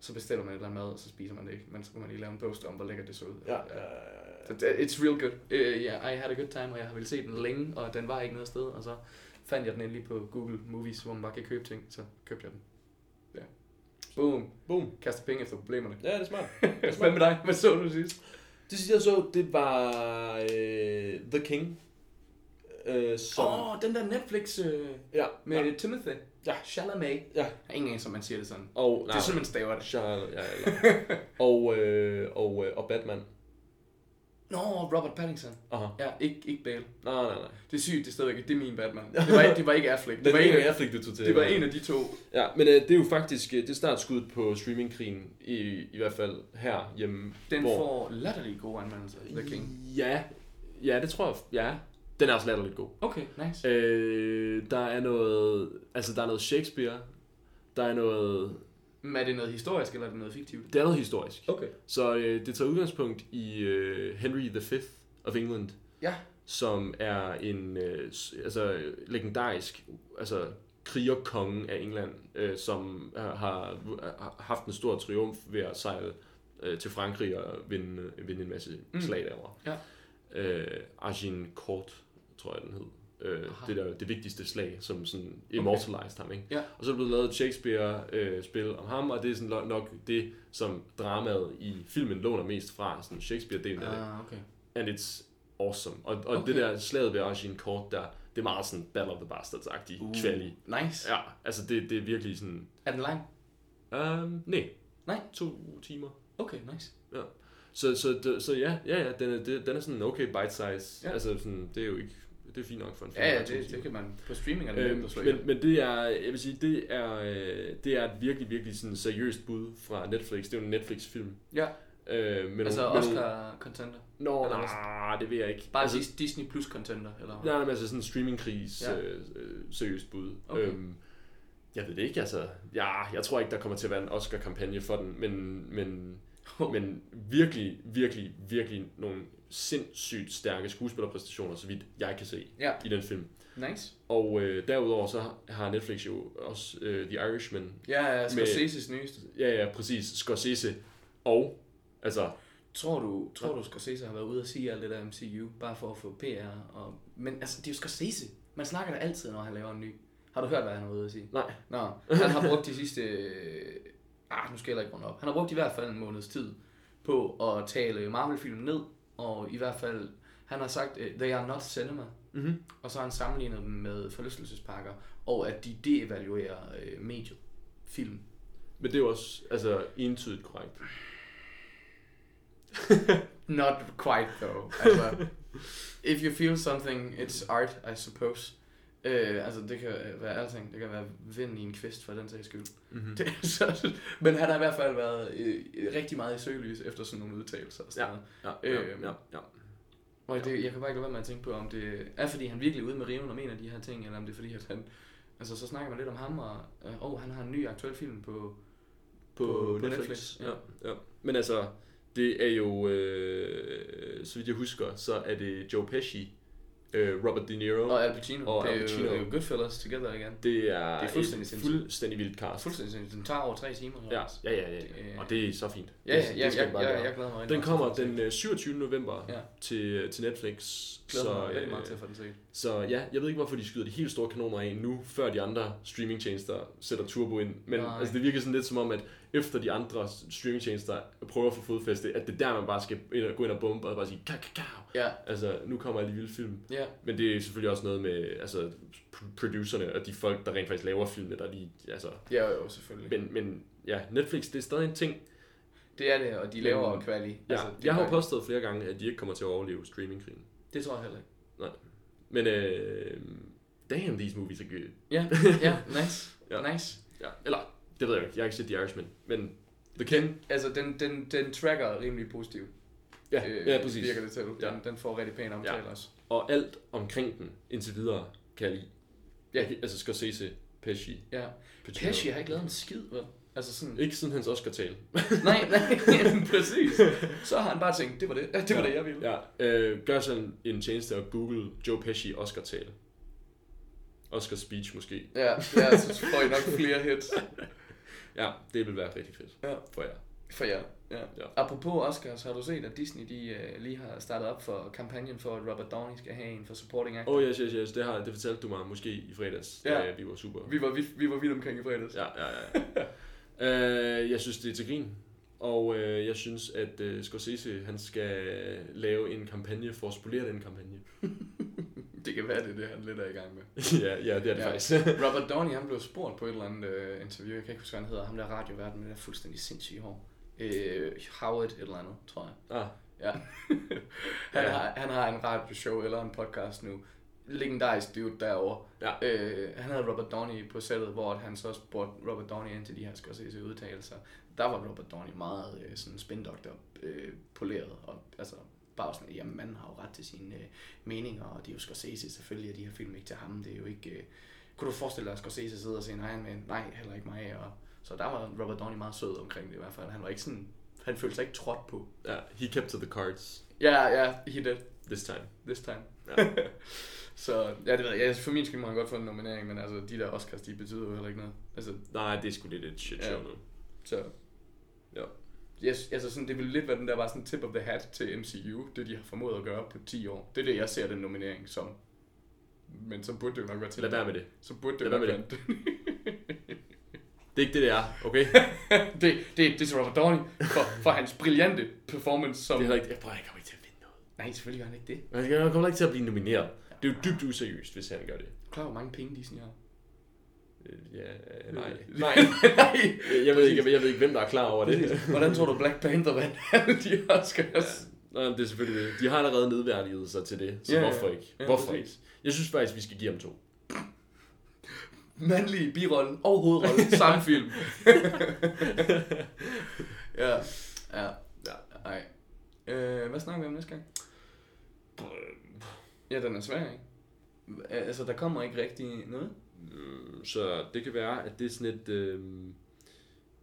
så bestiller man et eller andet mad, og så spiser man det ikke, men så kan man lige lave en post om, hvor lækkert det så ud.
Ja, ja, ja, ja.
Så det- It's real good. Ja, uh, yeah, I had a good time, og jeg har ville se den længe, og den var ikke noget sted, og så fandt jeg den endelig på Google Movies, hvor man bare kan købe ting, så købte jeg den. Ja. Boom.
Boom.
Kaster penge efter problemerne.
Ja, det er smart.
Hvad med dig? Hvad så du sidst?
Det sidste, jeg så, det var øh, The King. Øh, som...
Åh, oh, den der Netflix øh,
ja,
med
ja,
ja. Timothy.
Ja.
Chalamet.
ja.
Jeg er ikke engang, som man siger det sådan.
Og,
Det er sådan, man staver det.
Charlotte, ja, ja. og, øh, og, øh, og Batman.
Nå, Robert Pattinson.
Aha.
Ja, ikke, ikke Bale.
Nej, nej, nej.
Det er sygt, det er stadigvæk, det er min Batman. Det var, ikke- det var ikke Affleck. Det var, en af,
jeg fik det til.
det var en af de to.
Ja, men øh, det er jo faktisk øh, det er startskuddet på streamingkrigen, i, i hvert fald her hjemme.
Den
hvor-
får latterlig gode anmeldelser, The King.
Ja, ja, det tror jeg. Ja, den er også latterligt god.
Okay, nice.
Øh, der er noget, altså der er noget Shakespeare, der er noget,
Men er det noget historisk, eller er det noget fiktivt?
det er noget historisk.
Okay.
Så øh, det tager udgangspunkt i øh, Henry V of England,
Ja.
som er en øh, s- altså, øh, legendarisk altså, krigerkonge af England, øh, som har, har har haft en stor triumf ved at sejle øh, til Frankrig og vinde, vinde en masse mm.
Mm.
slag derovre.
Ja.
Øh, Agincourt, tror jeg den hed. Øh,
Aha.
det, der, det vigtigste slag, som sådan immortalized ham. Ikke?
Ja.
Og så er der blevet lavet et Shakespeare-spil om ham, og det er sådan lo- nok det, som dramaet i filmen låner mest fra, sådan Shakespeare-delen af det
Ah, okay.
and it's awesome. Og, og okay.
Okay.
det der slaget ved Agincourt der, det er meget sådan Battle of the Bastards-agtig uh. kvali.
Nice.
Ja, altså det, det er virkelig sådan...
Er den lang?
Um, nej.
Nej.
To timer.
Okay, nice.
Ja. Så, så, så, så ja, ja, ja den, er, det, den er sådan okay bite size. Ja.
Ja.
Altså sådan, det er jo ikke... Det er fint nok for en film.
Ja,
der
ja,
er to
det,
timer.
det kan man. På streaming er det nemt
Øhm,
at slå
men,
ihjel.
men det er, jeg vil sige, det er, øh, det er et virkelig, virkelig sådan seriøst bud fra Netflix. Det er jo en Netflix-film.
Ja,
Øh, med
altså
nogle, med nogle-
Oscar-contender.
Nå,
eller
nej, det vil jeg ikke.
Bare
altså,
Dis- Disney Plus-contender, eller?
Nej, nej, men altså sådan en streamingkrigs ja.
Ja.
øh, øh, seriøst bud. Okay.
Okay.
Øhm, jeg ved det ikke, altså. Ja, jeg tror ikke, der kommer til at være en Oscar-kampagne for den, men, men,
Hov.
men virkelig, virkelig, virkelig nogle sindssygt stærke skuespillerpræstationer, så vidt jeg kan se
Ja.
i den film.
Nice.
Og øh, derudover så har Netflix jo også øh, The Irishman.
Ja, ja,
Med-
Scorsese's nyeste.
Ja, ja, præcis. Scorsese og altså
Tror du, tror du Scorsese har været ude og sige alt det der MCU, bare for at få PR? Og... Men altså, det er jo Scorsese. Man snakker da altid, når han laver en ny. Har du hørt, hvad han har ude at sige?
Nej.
Nå, han har brugt de sidste... øh, Ah, nu skal jeg heller ikke runde op. Han har brugt i hvert fald en måneds tid på at tale Marvel-filmen ned, og i hvert fald, han har sagt, øh, they are not cinema.
Mm-hmm.
Og så har han sammenlignet dem med forlystelsespakker, og at de devaluerer øh, mediet, film.
Men det er jo også altså, entydigt korrekt.
Not quite though. Altså, if you feel something, it's art, I suppose. Øh, altså, det kan være alting. Det kan være vind i en kvist, for den sags skyld.
Mm-hmm.
Det er så, men han har i hvert fald været øh, rigtig meget i søgelys efter sådan nogle udtalelser. Og sådan noget.
Ja,
Øhm.
ja, ja.
Og det, jeg kan bare ikke lade være med at tænke på, om det er fordi, han virkelig er ude med riven og mener de her ting, eller om det er fordi, at han... Altså, så snakker man lidt om ham, og øh, oh, han har en ny aktuel film på...
På,
På-
på
på
Netflix.
Netflix,
Ja. Ja. Men altså, det er jo, øh, så vidt jeg husker, så er det Joe Pesci, øh, Robert De Niro.
Og Al Pacino.
Og
det er
Al Pacino.
Jo, det er jo Goodfellas together igen.
Det er,
Det er fuldstændig
et
sindssygt.
fuldstændig vildt cast.
Fuldstændig sindssygt. Den tager over tre timer.
Ja, ja, ja, ja,
Det-
ja. Og det er så fint.
Ja,
Det-
ja,
det
ja,
skal
ja,
vi bare
ja,
gøre.
jeg glæder mig rigtig
Den
meget
kommer
til at
den øh, 27. november
Ja.
til, til Netflix.
se den. Glæder
øh,
mig rigtig meget til at få den set.
så ja, jeg ved ikke, hvorfor de skyder de helt store kanoner af nu, før de andre streamingtjenester sætter turbo ind. Men
Nej.
altså, det virker sådan lidt som om, at efter de andre streamingtjenester prøver at få fodfæste, at det er der, man bare skal ind og gå ind og bombe og bare sige, kak, kak,
Ja,
Altså, nu kommer alle de vilde film.
ja.
Men det er selvfølgelig også noget med altså, pr- producerne og de folk, der rent faktisk laver filmene, der lige, altså...
Ja, jo, selvfølgelig.
Men, men ja, Netflix, det er stadig en ting,
Det er det, og de laver
Men-
kvali.
Ja,
Altså, det
jeg har
gør
jo påstået flere gange, at de ikke kommer til at overleve streamingkrigen.
de. Det tror jeg heller ikke.
Men øh, damn, these movies are good.
Ja, ja, nice.
Ja.
Nice.
Ja, eller, det ved jeg ikke. Jeg har ikke set The Irishman, men The King.
Altså, den, den, den tracker rimelig positivt. Øh,
Ja, ja, præcis.
Virker det til. Den,
Ja.
den får rigtig pæn omtale ja. også.
Og alt omkring den, indtil videre, kan jeg lide.
Ja.
Ja. Jeg, kan- altså Scorsese, Pesci,
Ja.
Pacino.
Pesci har ikke lavet en skid, vel? Altså sådan...
Ikke siden hans Oscar-tale.
nej, nej, præcis. Så har han bare tænkt, det var det. Det var det, jeg ville.
Ja, øh, gør sådan en tjeneste og google Joe Pesci Oscar-tale. Oscar speech måske.
Ja, ja, så får I nok flere hits.
Ja, det vil være rigtig fedt
Ja.
for jer.
For jer. Ja.
Ja.
Apropos Oscars, har du set, at Disney de, øh, lige har startet op for kampagnen for, at Robert Downey skal have en for supporting actor?
Åh, oh, yes, yes, yes. Det, har, det fortalte du mig måske i fredags,
Ja.
ja. da vi var super.
Vi var, vi, vi var vidt omkring i fredags.
Ja, ja, ja. ja. øh, jeg synes, det er til grin. Og øh, jeg synes, at øh, Scorsese han skal lave en kampagne for at spolere den kampagne.
Det kan være, det er det, han lidt er i gang med.
ja, ja, det er det
Ja.
ja. faktisk.
Robert Downey, han blev spurgt på et eller andet øh, interview, jeg kan ikke huske, hvad han hedder, ham der radioverden med det der fuldstændig sindssyge hår. Øh, Howard et eller andet, tror jeg.
ah,
Ja. han,
Ja.
Har, han har en radioshow eller en podcast nu. Legendarisk dude derovre.
Ja.
Øh, han havde Robert Downey på sættet, hvor at han så spurgte Robert Downey ind til de her skal se til udtalelser. Der var Robert Downey meget øh, sådan spindoktor øh, poleret og altså bare sådan, jamen manden har jo ret til sine øh, meninger, og det er jo Scorsese selvfølgelig, at de her film ikke til ham, det er jo ikke... Øh, kunne du forestille dig, at Scorsese sidder og siger, nej, men nej, heller ikke mig, og så der var Robert Downey meget sød omkring det i hvert fald. Han var ikke sådan, han følte sig ikke trådt på.
ja, he kept to the cards
Ja, ja, he did
this time.
this time.
Ja.
Så ja, det ved jeg. Altså, for min skyld må han godt få en nominering, men altså, de der Oscars, de betyder jo heller ikke noget. Altså,
Nej, det er sgu lidt et shit show
Ja.
nu.
så...
Ja.
Yes, altså sådan, det ville lidt være den der bare sådan tip of the hat til MCU, det de har formået at gøre på 10 år. Det er det, jeg ser den nominering som. Men så burde det jo nok være til.
Lad være med det.
Så burde det jo
Lad
nok
være
være
med Det er ikke det, det er, okay?
det. det, det, det er til Robert Downey for, for hans brillante performance som...
Det er heller ikke, jeg prøver, jeg kommer ikke til at vinde noget.
Nej, selvfølgelig gør han ikke det.
Han kommer heller ikke til at blive nomineret. Det er jo dybt useriøst, hvis han gør det.
Klar, hvor mange penge Disney har.
Øh, Ja, øh, nej.
Nej.
Jeg- Jeg ved, ikke, jeg, ved- jeg ved ikke, hvem der er klar over det.
Hvordan tror du Black Panther vandt alle de Oscars?
Nå, men det er selvfølgelig det. De har allerede nedværdiget sig til det, så
Ja,
ja,
ja.
hvorfor ikke?
Ja,
hvorfor ikke?
præcis.
Jeg synes faktisk, vi skal give ham to.
mandlige birollen og hovedrollen samme film. ja. Ja.
Ja.
Ej. Øh, hvad snakker vi om næste gang? Ja, den er svær, ikke? Altså, der kommer ikke rigtig noget.
Mm, Så det kan være, at det er sådan et øh,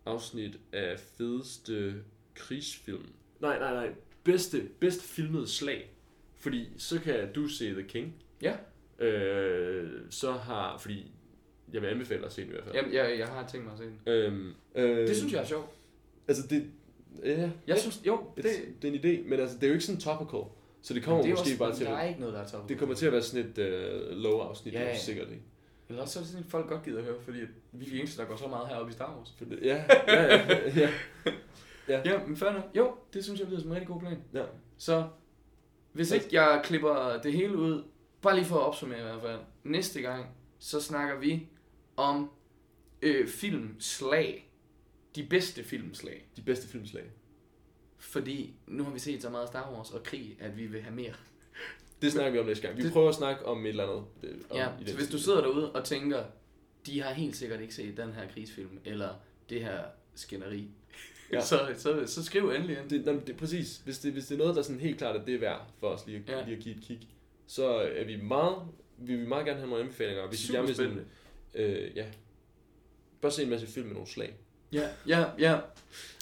afsnit af fedeste krigsfilm. Nej, nej, nej. Bedste, bedst filmede slag. Fordi så kan du se The King.
Ja.
Øh, så har... Fordi jeg vil anbefale dig at se den i hvert fald.
Jamen, jeg, jeg har tænkt mig at se den.
Øhm, øh,
Det synes jeg er sjovt.
Altså, det, Ja,
Jeg synes, jo,
det,
det,
det er en idé, men altså, det er jo ikke sådan topical. Så det kommer
det er
måske
også,
bare til
der er
at,
ikke noget, der er top.
det kommer til at være sådan et uh, low afsnit,
Ja,
ja, ja.
ja.
sikkert ikke.
Eller også så er det sådan, at folk godt gider at høre, fordi at vi er de eneste, der går så meget heroppe i Star Wars.
For det- Ja, ja, ja, ja,
Ja, men fair nok. Jo, det synes jeg lyder som en rigtig god plan.
ja.
Så hvis ikke jeg klipper det hele ud, bare lige for at opsummere i hvert fald, næste gang, så snakker vi om øh, filmslag. De bedste filmslag.
De bedste filmslag.
Fordi nu har vi set så meget Star Wars og krig, at vi vil have mere.
Det snakker vi om næste gang. Vi
Det-
prøver at snakke om et eller andet. øh, Om
Ja,
i den
så hvis du
stil.
sidder derude og tænker, de har helt sikkert ikke set den her krigsfilm, eller det her skænderi,
Ja.
ja. så, så, så skriv endelig ind.
Det, nej, men det, præcis. Hvis det, hvis det er noget, der sådan helt klart at det er værd for os lige at, ja.
Ja.
lige at give et kig, så er vi meget, vi vil meget gerne have nogle anbefalinger. Hvis I
Super
gerne vil sådan,
spændende.
øh, ja, bare se en masse film med nogle slag.
Ja, ja, ja.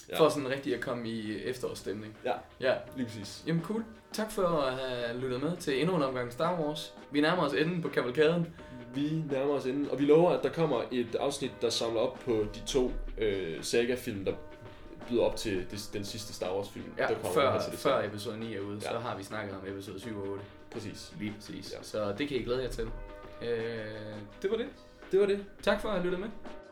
Ja.
For sådan rigtig at komme i øh, efterårsstemning.
Ja.
Ja.
Lige præcis.
Jamen cool. Tak for at have lyttet med til endnu en omgang Star Wars. Vi nærmer os enden på kavalkaden.
Vi nærmer os inden, og vi lover, at der kommer et afsnit, der samler op på de to øh, saga-film, der byder op til det, den sidste Star Wars-film,
Ja,
der kommer
før,
her til det
før episode 9 er ude, ja.
Ja.
så har vi snakket om episode 7 og 8.
Præcis.
Lige præcis.
Ja.
Ja. Så det kan I glæde jer til. Øh, det var det.
Det var det.
Tak for at have lyttet med.